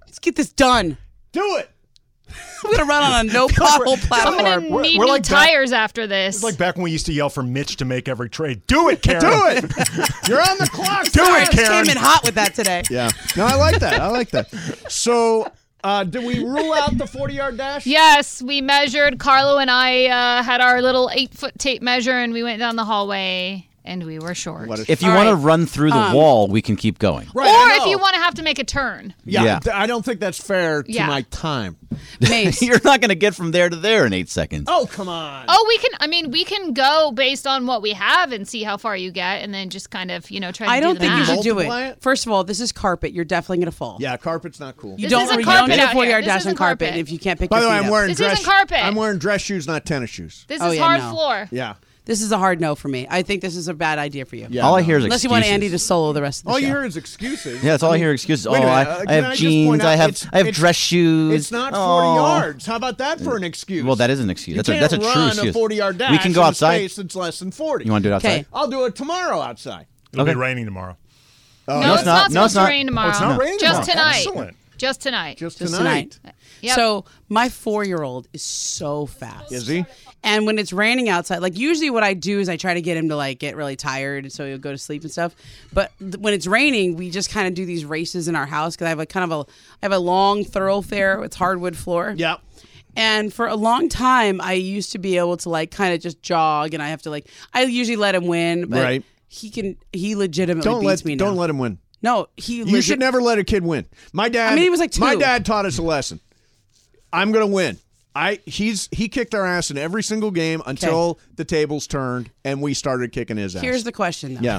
Speaker 10: let's get this done.
Speaker 1: Do it.
Speaker 10: I'm gonna run on a no pothole
Speaker 8: I'm
Speaker 10: platform.
Speaker 8: gonna need
Speaker 4: we're
Speaker 8: new
Speaker 4: like back-
Speaker 8: tires after this.
Speaker 4: It's like back when we used to yell for Mitch to make every trade. Do it, Karen.
Speaker 1: Do it. You're on the clock.
Speaker 4: Do
Speaker 10: Sorry, I
Speaker 4: it,
Speaker 10: just
Speaker 4: Karen.
Speaker 10: came in hot with that today.
Speaker 1: Yeah. No, I like that. I like that. So, uh, did we rule out the 40 yard dash?
Speaker 8: Yes, we measured. Carlo and I uh, had our little eight foot tape measure, and we went down the hallway, and we were short.
Speaker 6: If you
Speaker 8: All
Speaker 6: want to
Speaker 8: right.
Speaker 6: run through the
Speaker 8: Um,
Speaker 6: wall, we can keep going.
Speaker 1: Right,
Speaker 8: or
Speaker 1: I
Speaker 8: if
Speaker 1: know.
Speaker 8: you want to have to make a turn.
Speaker 1: Yeah.
Speaker 6: Yeah.
Speaker 1: th- I don't think that's fair to
Speaker 8: Yeah.
Speaker 1: my time.
Speaker 6: You're not going to get from there to there in eight seconds.
Speaker 1: Oh, come on.
Speaker 8: Oh, we can. I mean, we can go based on what we have and see how far you get, and then just kind of, you know, try. To
Speaker 10: I
Speaker 8: do
Speaker 10: don't
Speaker 8: the
Speaker 10: think you
Speaker 8: math.
Speaker 10: should do it. First of all, this is carpet. You're definitely gonna fall.
Speaker 1: Yeah, carpet's not cool.
Speaker 10: You
Speaker 8: This
Speaker 10: don't
Speaker 8: isn't
Speaker 10: you don't
Speaker 8: carpet
Speaker 10: get
Speaker 8: out
Speaker 10: a four yard
Speaker 8: here. This
Speaker 10: dash on
Speaker 8: isn't
Speaker 10: carpet,
Speaker 8: carpet.
Speaker 10: if you can't pick.
Speaker 1: By
Speaker 10: your
Speaker 1: the way,
Speaker 10: feet
Speaker 1: I'm
Speaker 10: up.
Speaker 1: wearing
Speaker 8: This
Speaker 1: dress.
Speaker 8: isn't carpet.
Speaker 1: I'm wearing dress shoes, not tennis shoes.
Speaker 8: This
Speaker 10: Oh,
Speaker 8: is
Speaker 10: yeah,
Speaker 8: hard
Speaker 10: no.
Speaker 8: floor.
Speaker 1: yeah.
Speaker 10: This is a hard no for me. I think this is a bad idea for you.
Speaker 1: Yeah, All I no. hear
Speaker 6: is
Speaker 10: unless you want
Speaker 6: excuses.
Speaker 10: Andy to solo the rest of the
Speaker 1: All
Speaker 10: show.
Speaker 1: you hear is excuses.
Speaker 6: Yeah, that's all I,
Speaker 1: mean,
Speaker 6: hear. Excuses. Oh,
Speaker 1: wait a minute,
Speaker 6: I,
Speaker 1: uh,
Speaker 6: I
Speaker 1: can
Speaker 6: have
Speaker 1: I just point
Speaker 6: jeans. I
Speaker 1: out
Speaker 6: have
Speaker 1: it's-
Speaker 6: I have
Speaker 1: it's-
Speaker 6: dress shoes.
Speaker 1: It's not 40
Speaker 6: Aw.
Speaker 1: yards. How about that for an excuse?
Speaker 6: Well, that is an excuse.
Speaker 1: You
Speaker 6: That's a-
Speaker 1: can't
Speaker 6: that's a true
Speaker 1: run
Speaker 6: excuse.
Speaker 1: a 40 yard
Speaker 6: We
Speaker 1: dash
Speaker 6: can go
Speaker 1: in a
Speaker 6: outside.
Speaker 1: space that's less than 40.
Speaker 6: You wanna do it outside? 'Kay.
Speaker 1: I'll do it tomorrow outside.
Speaker 4: It'll
Speaker 6: Okay.
Speaker 4: be raining tomorrow.
Speaker 1: Oh,
Speaker 8: no,
Speaker 6: No,
Speaker 8: it's,
Speaker 6: it's
Speaker 8: not,
Speaker 6: not. No, it's
Speaker 8: supposed
Speaker 6: not.
Speaker 8: to rain tomorrow.
Speaker 4: Oh, it's not raining
Speaker 8: Just
Speaker 4: tomorrow.
Speaker 8: tonight.
Speaker 4: Excellent.
Speaker 8: Just tonight. Just
Speaker 10: Just tonight.
Speaker 8: Yep.
Speaker 10: So my four year old is so fast.
Speaker 1: Is he?
Speaker 10: And when it's raining outside, like usually what I do is I try to get him to like get really tired so he'll go to sleep and stuff. But th- when it's raining, we just kind of do these races in our house because I have a kind of a I have a long thoroughfare. It's hardwood floor.
Speaker 1: Yep.
Speaker 10: And for a long time, I used to be able to like kind of just jog, and I have to like I usually let him win, but
Speaker 1: Right.
Speaker 10: he can he legitimately
Speaker 1: Don't
Speaker 10: beats
Speaker 1: let
Speaker 10: me.
Speaker 1: don't
Speaker 10: now.
Speaker 1: let him win.
Speaker 10: No, he.
Speaker 1: You should never let a kid win. My dad.
Speaker 10: I mean, he was like
Speaker 1: My
Speaker 10: two.
Speaker 1: dad taught us a lesson. I'm gonna win. I he's he kicked our ass in every single game until the tables turned and we started kicking his ass.
Speaker 10: Here's the question, though.
Speaker 1: yeah.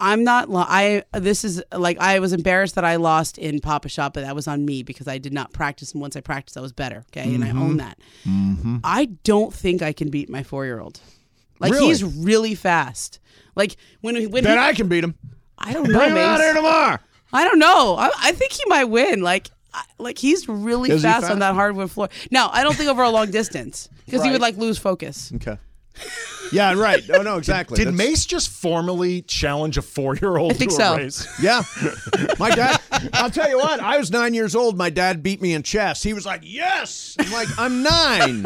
Speaker 10: I'm not. Lo- I this is like I was embarrassed that I lost in Papa Shop, but that was on me because I did not practice. And once I practiced, I was better. Okay, and I
Speaker 1: Mm-hmm.
Speaker 10: own that.
Speaker 6: Mm-hmm.
Speaker 10: I don't think I can beat my four year old. Like
Speaker 1: Really?
Speaker 10: he's really fast. Like when he- when
Speaker 1: Then
Speaker 10: he,
Speaker 1: I can beat him.
Speaker 10: I don't know.
Speaker 1: Bring him out
Speaker 10: Mace.
Speaker 1: here tomorrow.
Speaker 10: I don't know. I, I think he might win. Like, I, like he's really
Speaker 1: Is he
Speaker 10: fast,
Speaker 1: fast?
Speaker 10: on that hardwood floor. No, I don't think over a long distance because he would like lose focus.
Speaker 1: Okay. Yeah. Right. Oh no. Exactly.
Speaker 4: Did
Speaker 1: That's-
Speaker 4: Mace just formally challenge a four-year-old
Speaker 10: I think
Speaker 4: to
Speaker 10: so.
Speaker 4: a race?
Speaker 1: Yeah. My dad, I'll tell you what, I was nine years old. My dad beat me in chess. He was like, yes. I'm like, I'm nine.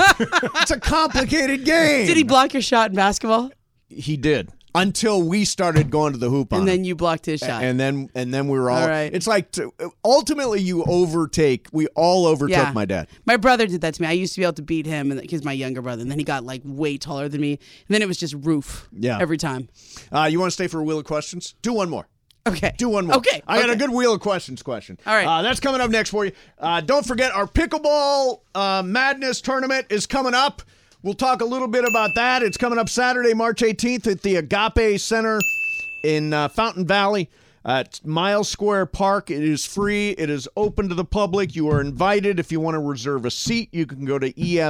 Speaker 1: it's a complicated game.
Speaker 10: Did he block your shot in basketball?
Speaker 1: He did. until we started going to the hoop on
Speaker 10: and
Speaker 1: him.
Speaker 10: then you blocked his shot.
Speaker 1: and then and then we were all,
Speaker 10: All right.
Speaker 1: it's like to, ultimately you overtake we all overtook
Speaker 10: Yeah.
Speaker 1: my dad
Speaker 10: My brother did that to me. I used to be able to beat him, and he's my younger brother. And then he got like way taller than me. And then it was just roof.
Speaker 1: Yeah.
Speaker 10: Every time.
Speaker 1: uh, you want to stay for a wheel of questions do one more
Speaker 10: Okay.
Speaker 1: Do one more.
Speaker 10: Okay.
Speaker 1: I got a
Speaker 10: okay.
Speaker 1: good wheel of questions question.
Speaker 10: All right.
Speaker 1: Uh, that's coming up next for you. Uh, don't forget, our Pickleball uh, Madness tournament is coming up. We'll talk a little bit about that. It's coming up Saturday, March 18th at the Agape Center in uh, Fountain Valley. Uh, it's Miles Square Park. It is free. It is open to the public. You are invited. If you want to reserve a seat, you can go to E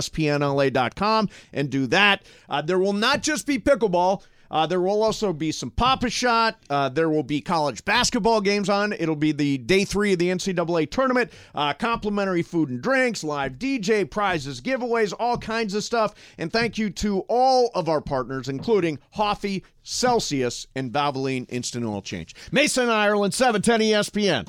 Speaker 1: espnla.com and do that. Uh, there will not just be pickleball. Uh, there will also be some Papa Shot. Uh, there will be college basketball games on. It'll be the day three of the NCAA tournament. Uh, complimentary food and drinks, live DJ, prizes, giveaways, all kinds of stuff. And thank you to all of our partners, including Hoffy, Celsius, and Valvoline Instant Oil Change. Mason, Ireland, E 710 ESPN.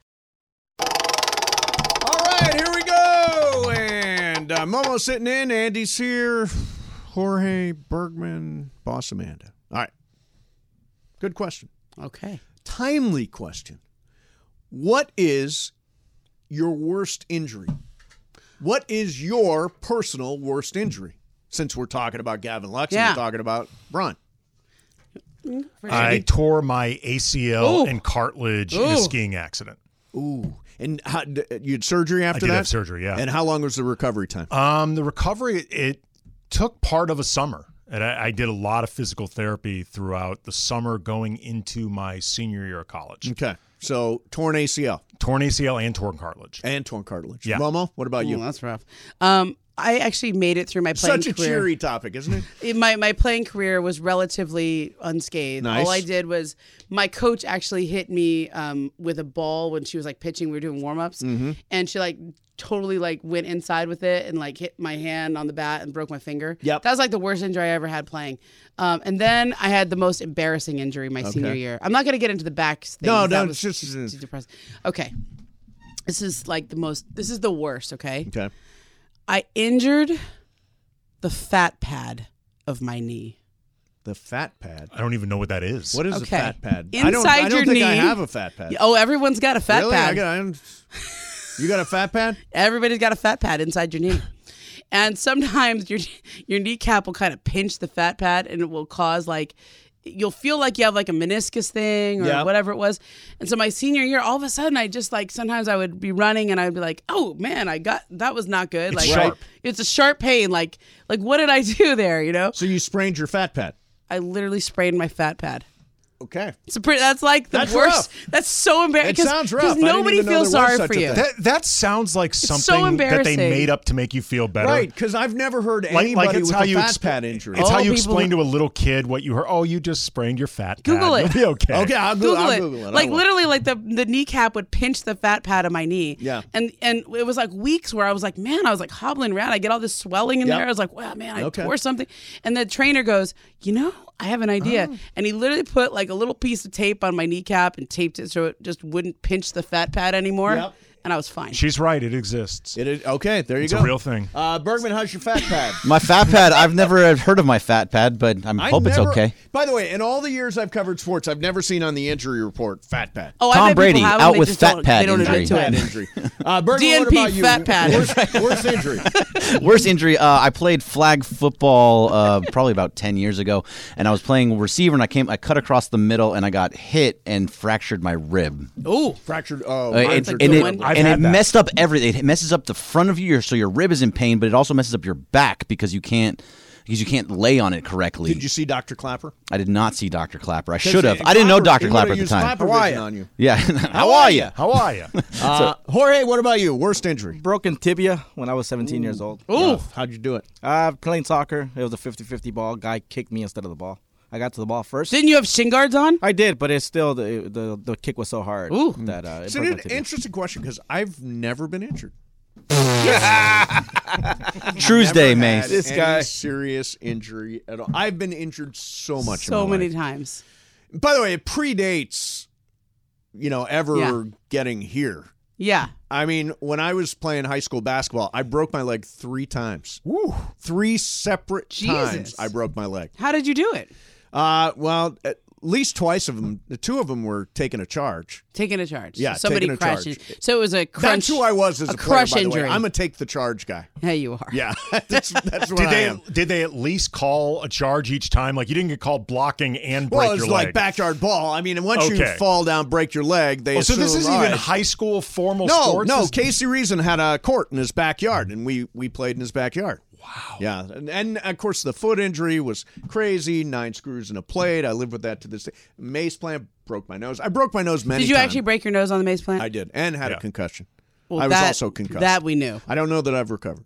Speaker 1: All right, here we go. And uh, Momo's sitting in. Andy's here. Jorge Bergman, Boss Amanda. All right. Good question.
Speaker 10: Okay.
Speaker 1: Timely question. What is your worst injury? What is your personal worst injury? Since we're talking about Gavin Lux
Speaker 10: Yeah.
Speaker 1: and we're talking about Braun.
Speaker 4: I tore my ACL
Speaker 1: Ooh.
Speaker 4: and cartilage in a
Speaker 1: Ooh.
Speaker 4: skiing accident.
Speaker 1: Ooh. And how, d- uh, you had surgery after
Speaker 4: I did
Speaker 1: that?
Speaker 4: have surgery, yeah.
Speaker 1: And how long was the recovery time?
Speaker 4: Um, the recovery it took part of a summer, and I, I did a lot of physical therapy throughout the summer going into my senior year of college.
Speaker 1: Okay, so torn ACL,
Speaker 4: torn ACL, and torn cartilage,
Speaker 1: and torn cartilage.
Speaker 4: Yeah,
Speaker 1: Momo, what about you?
Speaker 10: Ooh, that's rough. Um, I actually made it through my playing
Speaker 1: Such a
Speaker 10: career.
Speaker 1: cheery topic, isn't it?
Speaker 10: It- my my playing career was relatively unscathed.
Speaker 1: Nice.
Speaker 10: All I did was my coach actually hit me um, with a ball when she was like pitching. We were doing warm ups,
Speaker 13: Mhm.
Speaker 10: and she like totally like went inside with it and like hit my hand on the bat and broke my finger.
Speaker 13: Yep.
Speaker 10: that was like the worst injury I ever had playing. Um, and then I had the most embarrassing injury my
Speaker 1: Okay.
Speaker 10: senior year. I'm not gonna get into the back things.
Speaker 1: No,
Speaker 10: That
Speaker 1: no,
Speaker 10: was
Speaker 1: it's just-
Speaker 10: too depressing. Okay, this is like the most. This is the worst. Okay.
Speaker 1: Okay.
Speaker 10: I injured the fat pad of my knee.
Speaker 1: The fat pad.
Speaker 4: I don't even know what that is.
Speaker 1: What is
Speaker 10: okay.
Speaker 1: a fat pad?
Speaker 10: Inside
Speaker 1: I don't, I don't
Speaker 10: your
Speaker 1: think
Speaker 10: knee.
Speaker 1: I have a fat pad.
Speaker 10: Oh, everyone's got a fat
Speaker 1: Really?
Speaker 10: pad.
Speaker 1: I got- I don't- you got a fat pad?
Speaker 10: Everybody's got a fat pad inside your knee. And sometimes your your kneecap will kind of pinch the fat pad and it will cause like you'll feel like you have like a meniscus thing or
Speaker 13: Yeah.
Speaker 10: whatever it was. And so my senior year, all of a sudden I just like sometimes I would be running and I'd be like, "Oh man, I got that was not good."
Speaker 1: It's
Speaker 10: like
Speaker 1: sharp.
Speaker 10: it's a sharp pain like like what did I do there, you know?
Speaker 1: So you sprained your fat pad.
Speaker 10: I literally sprained my fat pad.
Speaker 1: Okay.
Speaker 10: It's a pretty, that's like the
Speaker 1: That's
Speaker 10: worst.
Speaker 1: rough.
Speaker 10: That's so embarrassing.
Speaker 1: It sounds rough. I didn't
Speaker 10: nobody
Speaker 1: even know
Speaker 10: feels
Speaker 1: there was
Speaker 10: sorry
Speaker 1: such
Speaker 10: for
Speaker 1: a
Speaker 10: you.
Speaker 1: thing.
Speaker 4: That that sounds like
Speaker 10: so
Speaker 4: something that they
Speaker 10: embarrassing.
Speaker 4: made up to make you feel better.
Speaker 1: Right, because I've never heard anybody with a fat
Speaker 4: exp-
Speaker 1: pad injury.
Speaker 4: It's how you explain to a little kid what you heard. Oh, you just sprained your fat.
Speaker 10: Google
Speaker 4: pad.
Speaker 10: it.
Speaker 4: You'll be okay.
Speaker 10: Like literally, like the the kneecap would pinch the fat pad of my knee.
Speaker 4: Yeah.
Speaker 10: And and it was like weeks where I was like, man, I was like hobbling around. I get all this swelling in
Speaker 13: Yep.
Speaker 10: there. I was like, wow, man, I
Speaker 13: Okay.
Speaker 10: tore something. And the trainer goes, you know, I have an idea.
Speaker 1: Oh.
Speaker 10: And he literally put like a little piece of tape on my kneecap and taped it so it just wouldn't pinch the fat pad anymore.
Speaker 1: Yep.
Speaker 10: And I was fine.
Speaker 4: She's right. It exists.
Speaker 1: It is okay. There you
Speaker 4: it's
Speaker 1: go.
Speaker 4: a real thing.
Speaker 1: Uh, Bergman, how's your fat pad?
Speaker 6: My fat pad. I've never heard of my fat pad, but I
Speaker 1: I
Speaker 6: hope it's
Speaker 1: never-
Speaker 6: okay.
Speaker 1: By the way, in all the years I've covered sports, I've never seen on the injury report fat pad.
Speaker 6: Oh, I Tom bet people Brady, have them, out they with just fat don't- pad they don't admit
Speaker 1: Fat
Speaker 6: injury.
Speaker 1: injury. Uh, Bergman, what
Speaker 10: DNP
Speaker 1: about you?
Speaker 10: fat pad.
Speaker 1: Worst, worst injury.
Speaker 6: Worst injury. Uh, I played flag football uh, probably about ten years ago, and I was playing receiver, and I came, I cut across the middle, and I got hit and fractured my rib.
Speaker 10: Oh,
Speaker 1: fractured. Oh,
Speaker 6: Uh, it,
Speaker 1: mine's
Speaker 6: and
Speaker 1: a
Speaker 6: it,
Speaker 1: good one.
Speaker 6: and it messed up everything. It messes up the front of your so your rib is in pain, but it also messes up your back because you can't because you can't lay on it correctly.
Speaker 1: Did you see Dr. Clapper?
Speaker 6: I did not see Doctor Clapper. I
Speaker 1: 'Cause
Speaker 6: should have.
Speaker 1: he-
Speaker 6: I didn't know
Speaker 1: Clapper-
Speaker 6: Doctor
Speaker 1: he
Speaker 6: Clapper at
Speaker 1: would've
Speaker 6: the
Speaker 1: used
Speaker 6: time.
Speaker 1: Clapper How are vision ya? on you.
Speaker 6: Yeah. How are you?
Speaker 1: How are you? Uh, Jorge, what about you? Worst injury?
Speaker 7: Broken tibia when I was 17 years old.
Speaker 1: Ooh. How'd you do it?
Speaker 7: Uh, playing soccer. It was a 50 50 ball. Guy kicked me instead of the ball. I got to the ball first.
Speaker 10: Didn't you have shin guards on?
Speaker 7: I did, but it's still the the, the kick was so hard Ooh. that uh, it
Speaker 1: It's an
Speaker 7: broke my
Speaker 1: in-
Speaker 7: tibia.
Speaker 1: interesting question because I've never been injured.
Speaker 6: Tuesday,
Speaker 1: Never
Speaker 6: Mace.
Speaker 1: had
Speaker 6: This
Speaker 1: any
Speaker 6: guy-
Speaker 1: serious injury at all. I've been injured so much. in
Speaker 10: so
Speaker 1: my
Speaker 10: many
Speaker 1: life.
Speaker 10: times.
Speaker 1: By the way, it predates, you know, ever
Speaker 10: Yeah.
Speaker 1: getting here.
Speaker 10: Yeah.
Speaker 1: I mean, when I was playing high school basketball, I broke my leg three times. Woo! Three separate times
Speaker 10: Jesus.
Speaker 1: I broke my leg.
Speaker 10: How did you do it?
Speaker 1: Uh, well, at least twice of them, the two of them were taking a charge.
Speaker 10: Taking a charge.
Speaker 1: Yeah,
Speaker 10: somebody
Speaker 1: taking a charge.
Speaker 10: crushes. So it was a
Speaker 1: That's
Speaker 10: crunch.
Speaker 1: who I was as a,
Speaker 10: a crush
Speaker 1: player, by the way.
Speaker 10: injury.
Speaker 1: I'm a take the charge guy.
Speaker 10: yeah, you are.
Speaker 1: Yeah, that's, that's what
Speaker 4: did
Speaker 1: I
Speaker 4: they
Speaker 1: am.
Speaker 4: did they at least call a charge each time? Like you didn't get called blocking and break
Speaker 1: Well, it's
Speaker 4: your
Speaker 1: like
Speaker 4: leg.
Speaker 1: backyard ball. I mean, and once you
Speaker 4: Okay.
Speaker 1: fall down, break your leg, they
Speaker 4: Oh, so this
Speaker 1: assume,
Speaker 4: isn't
Speaker 1: all
Speaker 4: even
Speaker 1: right.
Speaker 4: high school formal
Speaker 1: no,
Speaker 4: sports.
Speaker 1: No,
Speaker 4: This-
Speaker 1: Casey Reason had a court in his backyard, and we we played in his backyard. Wow. Yeah, and, and of course the foot injury was crazy. Nine screws in a plate. I live with that to this day. Mace plant broke my nose. I broke my nose many.
Speaker 10: Did you
Speaker 1: times.
Speaker 10: actually break your nose on the maze plant?
Speaker 1: I did, and had a concussion.
Speaker 10: Well,
Speaker 1: I was
Speaker 10: that-
Speaker 1: also concussed.
Speaker 10: that we knew.
Speaker 1: I don't know that I've recovered.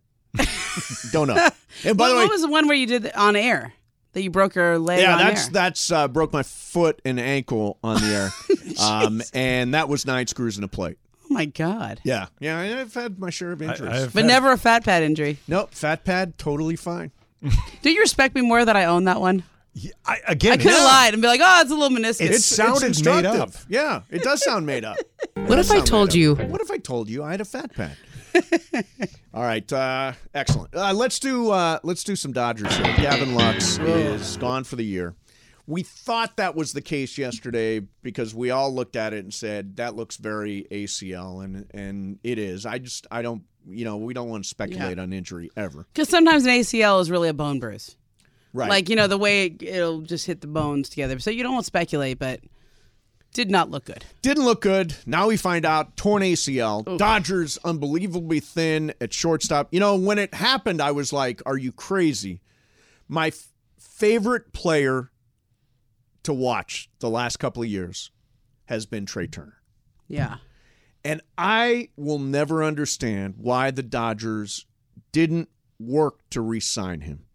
Speaker 1: don't know. And by
Speaker 10: Well,
Speaker 1: the way,
Speaker 10: what was the one where you did the, on air that you broke your leg?
Speaker 1: yeah,
Speaker 10: on
Speaker 1: that's
Speaker 10: air?
Speaker 1: that's uh, broke my foot and ankle on the air, um, and that was nine screws in a plate.
Speaker 10: Oh my god.
Speaker 1: Yeah, yeah, and I've had my share of injuries,
Speaker 10: but never a fat pad injury.
Speaker 1: Nope, fat pad totally fine.
Speaker 10: Do you respect me more that I own that one?
Speaker 4: I, again,
Speaker 10: I could have
Speaker 1: yeah.
Speaker 10: lied and be like, "Oh, it's a little meniscus."
Speaker 1: It's- it's instructive. Yeah, it does sound made up.
Speaker 10: What if I told you-
Speaker 1: What if I told you I had a fat pad? All right, uh, excellent. Uh, let's do uh, let's do some Dodgers here. Gavin Lux is gone for the year. We thought that was the case yesterday because we all looked at it and said that looks very ACL, and and it is. I just I don't you know we don't want to speculate on injury ever.
Speaker 10: Because sometimes an ACL is really a bone bruise.
Speaker 1: Right.
Speaker 10: Like you know the way it, it'll just hit the bones together. So you don't want to speculate, but did not look good.
Speaker 1: Didn't look good. Now we find out torn ACL. Dodgers unbelievably thin at shortstop. You know, when it happened, I was like, "Are you crazy?" My f- favorite player to watch the last couple of years has been Trey Turner.
Speaker 10: Yeah.
Speaker 1: And I will never understand why the Dodgers didn't work to re sign him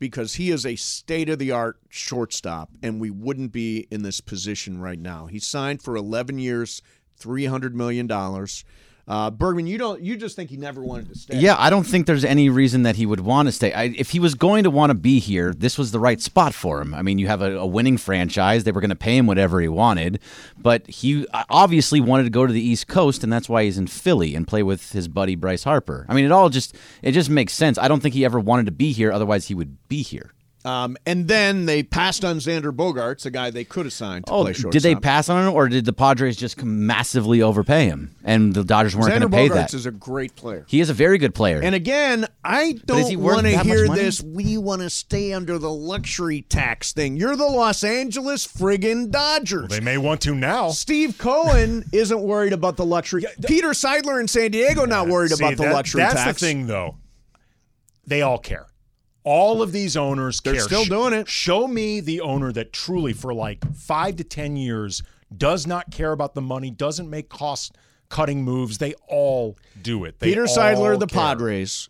Speaker 1: because he is a state of the art shortstop, and we wouldn't be in this position right now. He signed for 11 years, $300 million. Uh, Bergman, you don't. You just think he never wanted to stay.
Speaker 6: Yeah, I don't think there's any reason that he would want to stay. I, if he was going to want to be here, this was the right spot for him. I mean, you have a, a winning franchise; they were going to pay him whatever he wanted, but he uh, obviously wanted to go to the East Coast, and that's why he's in Philly and play with his buddy Bryce Harper. I mean, it all just it just makes sense. I don't think he ever wanted to be here; otherwise, he would be here.
Speaker 1: Um, and then they passed on Xander Bogarts, a guy they could have signed to
Speaker 6: Oh,
Speaker 1: play shortstop.
Speaker 6: did they pass on him, or did the Padres just massively overpay him, and the Dodgers weren't going to
Speaker 1: Xander
Speaker 6: pay
Speaker 1: Bogarts
Speaker 6: that?
Speaker 1: is a great player.
Speaker 6: he is a very good player.
Speaker 1: And again, I
Speaker 6: But is he
Speaker 1: don't
Speaker 6: worth
Speaker 1: want to
Speaker 6: that much
Speaker 1: hear
Speaker 6: money?
Speaker 1: this. We want to stay under the luxury tax thing. You're the Los Angeles friggin' Dodgers.
Speaker 4: they may want to now.
Speaker 1: Steve Cohen isn't worried about the luxury. Peter Seidler in San Diego not worried
Speaker 4: See,
Speaker 1: about the
Speaker 4: that-
Speaker 1: luxury
Speaker 4: that's
Speaker 1: tax.
Speaker 4: the thing, though. They all care. All of these owners
Speaker 1: They're
Speaker 4: care.
Speaker 1: still
Speaker 4: doing it. Show me the owner that truly, for like five to ten years, does not care about the money, doesn't make cost cutting moves. They all do it. They
Speaker 1: Peter
Speaker 4: all
Speaker 1: Seidler, the
Speaker 4: care.
Speaker 1: Padres,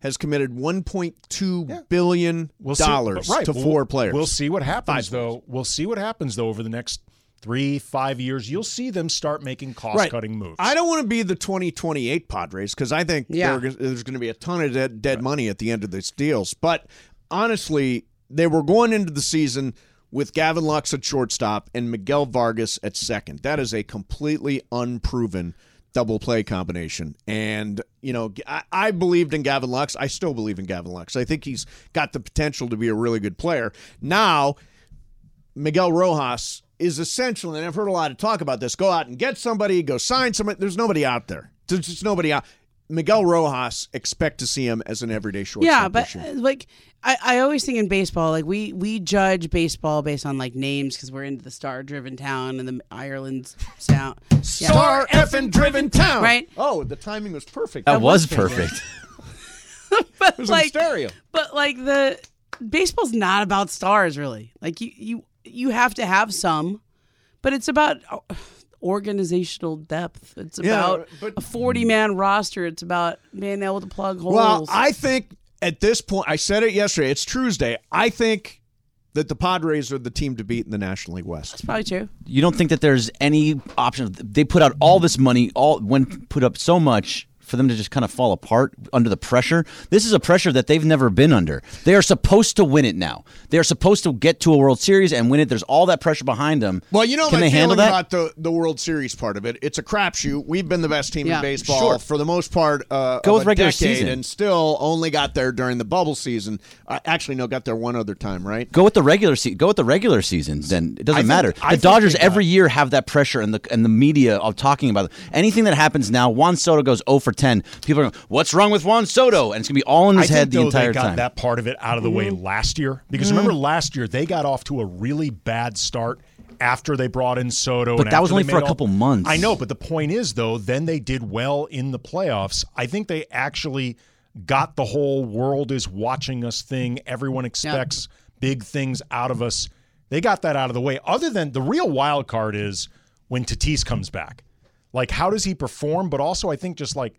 Speaker 1: has committed 1.2 billion
Speaker 4: We'll see-
Speaker 1: dollars
Speaker 4: right,
Speaker 1: to
Speaker 4: we'll-
Speaker 1: four players.
Speaker 4: We'll see what happens,
Speaker 1: Five
Speaker 4: though. We'll see what happens though over the next three, five years. You'll see them start making cost cutting moves.
Speaker 1: I don't want to be the 2028 Padres because I think
Speaker 4: Yeah.
Speaker 1: there- there's going to be a ton of dead, dead money at the end of these deals. But honestly, they were going into the season with Gavin Lux at shortstop and Miguel Vargas at second. That is a completely unproven double play combination. And, you know, I, I believed in Gavin Lux. I still believe in Gavin Lux. I think he's got the potential to be a really good player. Now, Miguel Rojas is essential, and I've heard a lot of talk about this. Go out and get somebody, go sign somebody. There's nobody out there. There's just nobody out. Miguel Rojas, expect to see him as an everyday shortstop.
Speaker 10: yeah, but
Speaker 1: this year.
Speaker 10: uh, like I, I always think in baseball, like we we judge baseball based on like names because we're into the star-driven town and the Ireland's sound. Yeah.
Speaker 1: star effing driven town.
Speaker 10: Right.
Speaker 1: Oh, the timing was perfect.
Speaker 6: that was perfect.
Speaker 10: but
Speaker 1: was in
Speaker 10: like
Speaker 1: stereo.
Speaker 10: But like the baseball's not about stars really. Like you you you have to have some, but it's about o- organizational depth. It's
Speaker 1: Yeah,
Speaker 10: about a forty man roster. It's about being able to plug holes.
Speaker 1: Well, I think at this point, I said it yesterday. It's Tuesday. I think that the Padres are the team to beat in the National League West. That's
Speaker 10: probably true.
Speaker 6: You don't think that there's any option? They put out all this money, all when put up so much for them to just kind of fall apart under the pressure. This is a pressure that they've never been under. They are supposed to win it now. They are supposed to get to a World Series and win it. There's all that pressure behind them.
Speaker 1: Well, you know my
Speaker 6: can they
Speaker 1: feeling
Speaker 6: handle that?
Speaker 1: about the, the World Series part of it. It's a crapshoot. We've been the best team
Speaker 6: Yeah.
Speaker 1: in baseball
Speaker 6: Sure.
Speaker 1: for the most part. Uh,
Speaker 6: Go
Speaker 1: of a
Speaker 6: with regular
Speaker 1: decade
Speaker 6: season.
Speaker 1: and still only got there during the bubble season. Uh, actually, no, got there one other time, right?
Speaker 6: Go with the regular se- go with the regular season. Then it doesn't
Speaker 1: I think-
Speaker 6: matter.
Speaker 1: I
Speaker 6: The
Speaker 1: think
Speaker 6: Dodgers
Speaker 1: they got-
Speaker 6: every year have that pressure and the and the media of talking about it. anything that happens now. Juan Soto goes 0 for 10. People are going, "What's wrong with Juan Soto?" And it's gonna be all in his
Speaker 4: I
Speaker 6: head
Speaker 4: think,
Speaker 6: the
Speaker 4: though,
Speaker 6: entire
Speaker 4: they got
Speaker 6: time.
Speaker 4: that part of it out of the way
Speaker 1: Mm-hmm.
Speaker 4: last year because
Speaker 6: Mhm.
Speaker 4: remember last year they got off to a really bad start after they brought in Soto.
Speaker 6: But
Speaker 4: and
Speaker 6: that was
Speaker 4: after they
Speaker 6: only for
Speaker 4: made
Speaker 6: a
Speaker 4: all-
Speaker 6: couple months.
Speaker 4: I know, but the point is though, then they did well in the playoffs. I think they actually got the whole world is watching us thing. Everyone expects big things out of us. They got that out of the way. Other than the real wild card is when Tatis comes back. Like, how does he perform? But also, I think just like,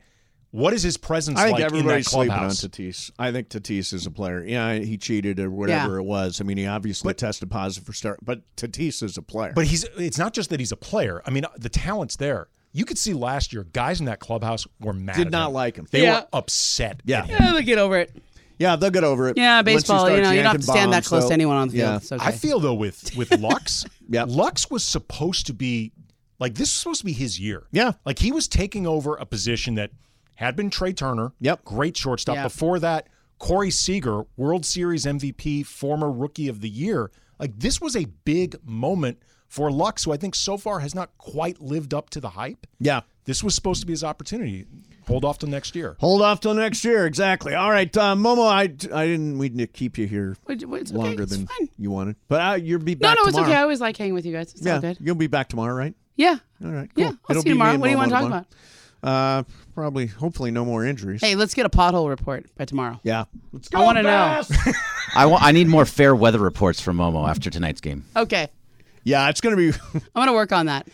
Speaker 4: what is his presence
Speaker 1: I think
Speaker 4: like in that
Speaker 1: everybody's sleeping on
Speaker 4: clubhouse?
Speaker 1: Tatis. I think Tatis is a player. Yeah, he cheated or whatever it was. I mean, he obviously tested positive for start, but Tatis is a player.
Speaker 4: But he's it's not just that he's a player. I mean, the talent's there. You could see last year, guys in that clubhouse were mad.
Speaker 1: Did
Speaker 4: at
Speaker 1: not
Speaker 4: him.
Speaker 1: like him.
Speaker 4: They
Speaker 1: Yeah.
Speaker 4: were upset.
Speaker 1: yeah,
Speaker 10: yeah, they get over it.
Speaker 1: Yeah, they'll get over it.
Speaker 10: Yeah,
Speaker 1: once
Speaker 10: baseball,
Speaker 1: start
Speaker 10: you know, you don't have
Speaker 1: yanking
Speaker 10: to stand that
Speaker 1: bombs,
Speaker 10: close
Speaker 1: so-
Speaker 10: to anyone on the field.
Speaker 1: Yeah.
Speaker 10: It's okay.
Speaker 4: I feel though with with Lux, Lux was supposed to be like this was supposed to be his year. Yeah, like he was taking over a position that had been Trey Turner. Yep, great shortstop.
Speaker 1: Yeah.
Speaker 4: Before that, Corey Seager, World Series MVP, former Rookie of the Year. Like this was a big moment for Lux, who I think so far has not quite lived up to the hype.
Speaker 1: Yeah.
Speaker 4: This was supposed to be his opportunity. Hold off till next year.
Speaker 1: Hold off till next year. Exactly. All right, uh, Momo. I, I didn't. We didn't keep you here
Speaker 10: Wait, wait, it's okay,
Speaker 1: longer
Speaker 10: it's
Speaker 1: than
Speaker 10: fine.
Speaker 1: you wanted, but uh, you'll be
Speaker 10: No,
Speaker 1: back.
Speaker 10: no, it's
Speaker 1: tomorrow.
Speaker 10: okay. I always like hanging with you guys. It's
Speaker 1: yeah,
Speaker 10: all good.
Speaker 1: you'll be back tomorrow, right?
Speaker 10: Yeah.
Speaker 1: All right. Cool.
Speaker 10: Yeah, I'll
Speaker 1: It'll
Speaker 10: see you
Speaker 1: be me
Speaker 10: tomorrow.
Speaker 1: and
Speaker 10: What do you
Speaker 1: Momo
Speaker 10: wanna talk
Speaker 1: tomorrow. Uh, probably. Hopefully, no more injuries.
Speaker 10: Hey, let's get a pothole report by tomorrow.
Speaker 1: Yeah.
Speaker 10: I want to know.
Speaker 6: I want. I need more fair weather reports from Momo after tonight's game.
Speaker 10: Okay.
Speaker 1: Yeah, it's gonna be.
Speaker 10: I'm gonna work on that.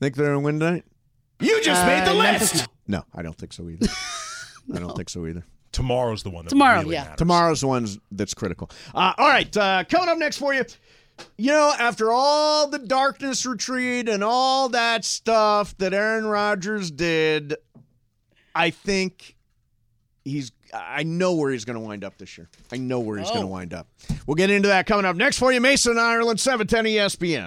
Speaker 1: Think they're gonna win tonight?
Speaker 10: You just Uh, made the Memphis- list!
Speaker 1: No, I don't think so either. I don't think so either.
Speaker 4: Tomorrow's the one. That
Speaker 10: Tomorrow, really yeah. matters.
Speaker 1: Tomorrow's the one that's critical. Uh, all right, uh, coming up next for you. You know, after all the darkness retreat and all that stuff that Aaron Rodgers did, I think he's. I know where he's going to wind up this year. I know where he's going
Speaker 13: Oh.
Speaker 1: E to wind up. We'll get into that coming up next for you. Mason, Ireland, 710 ESPN.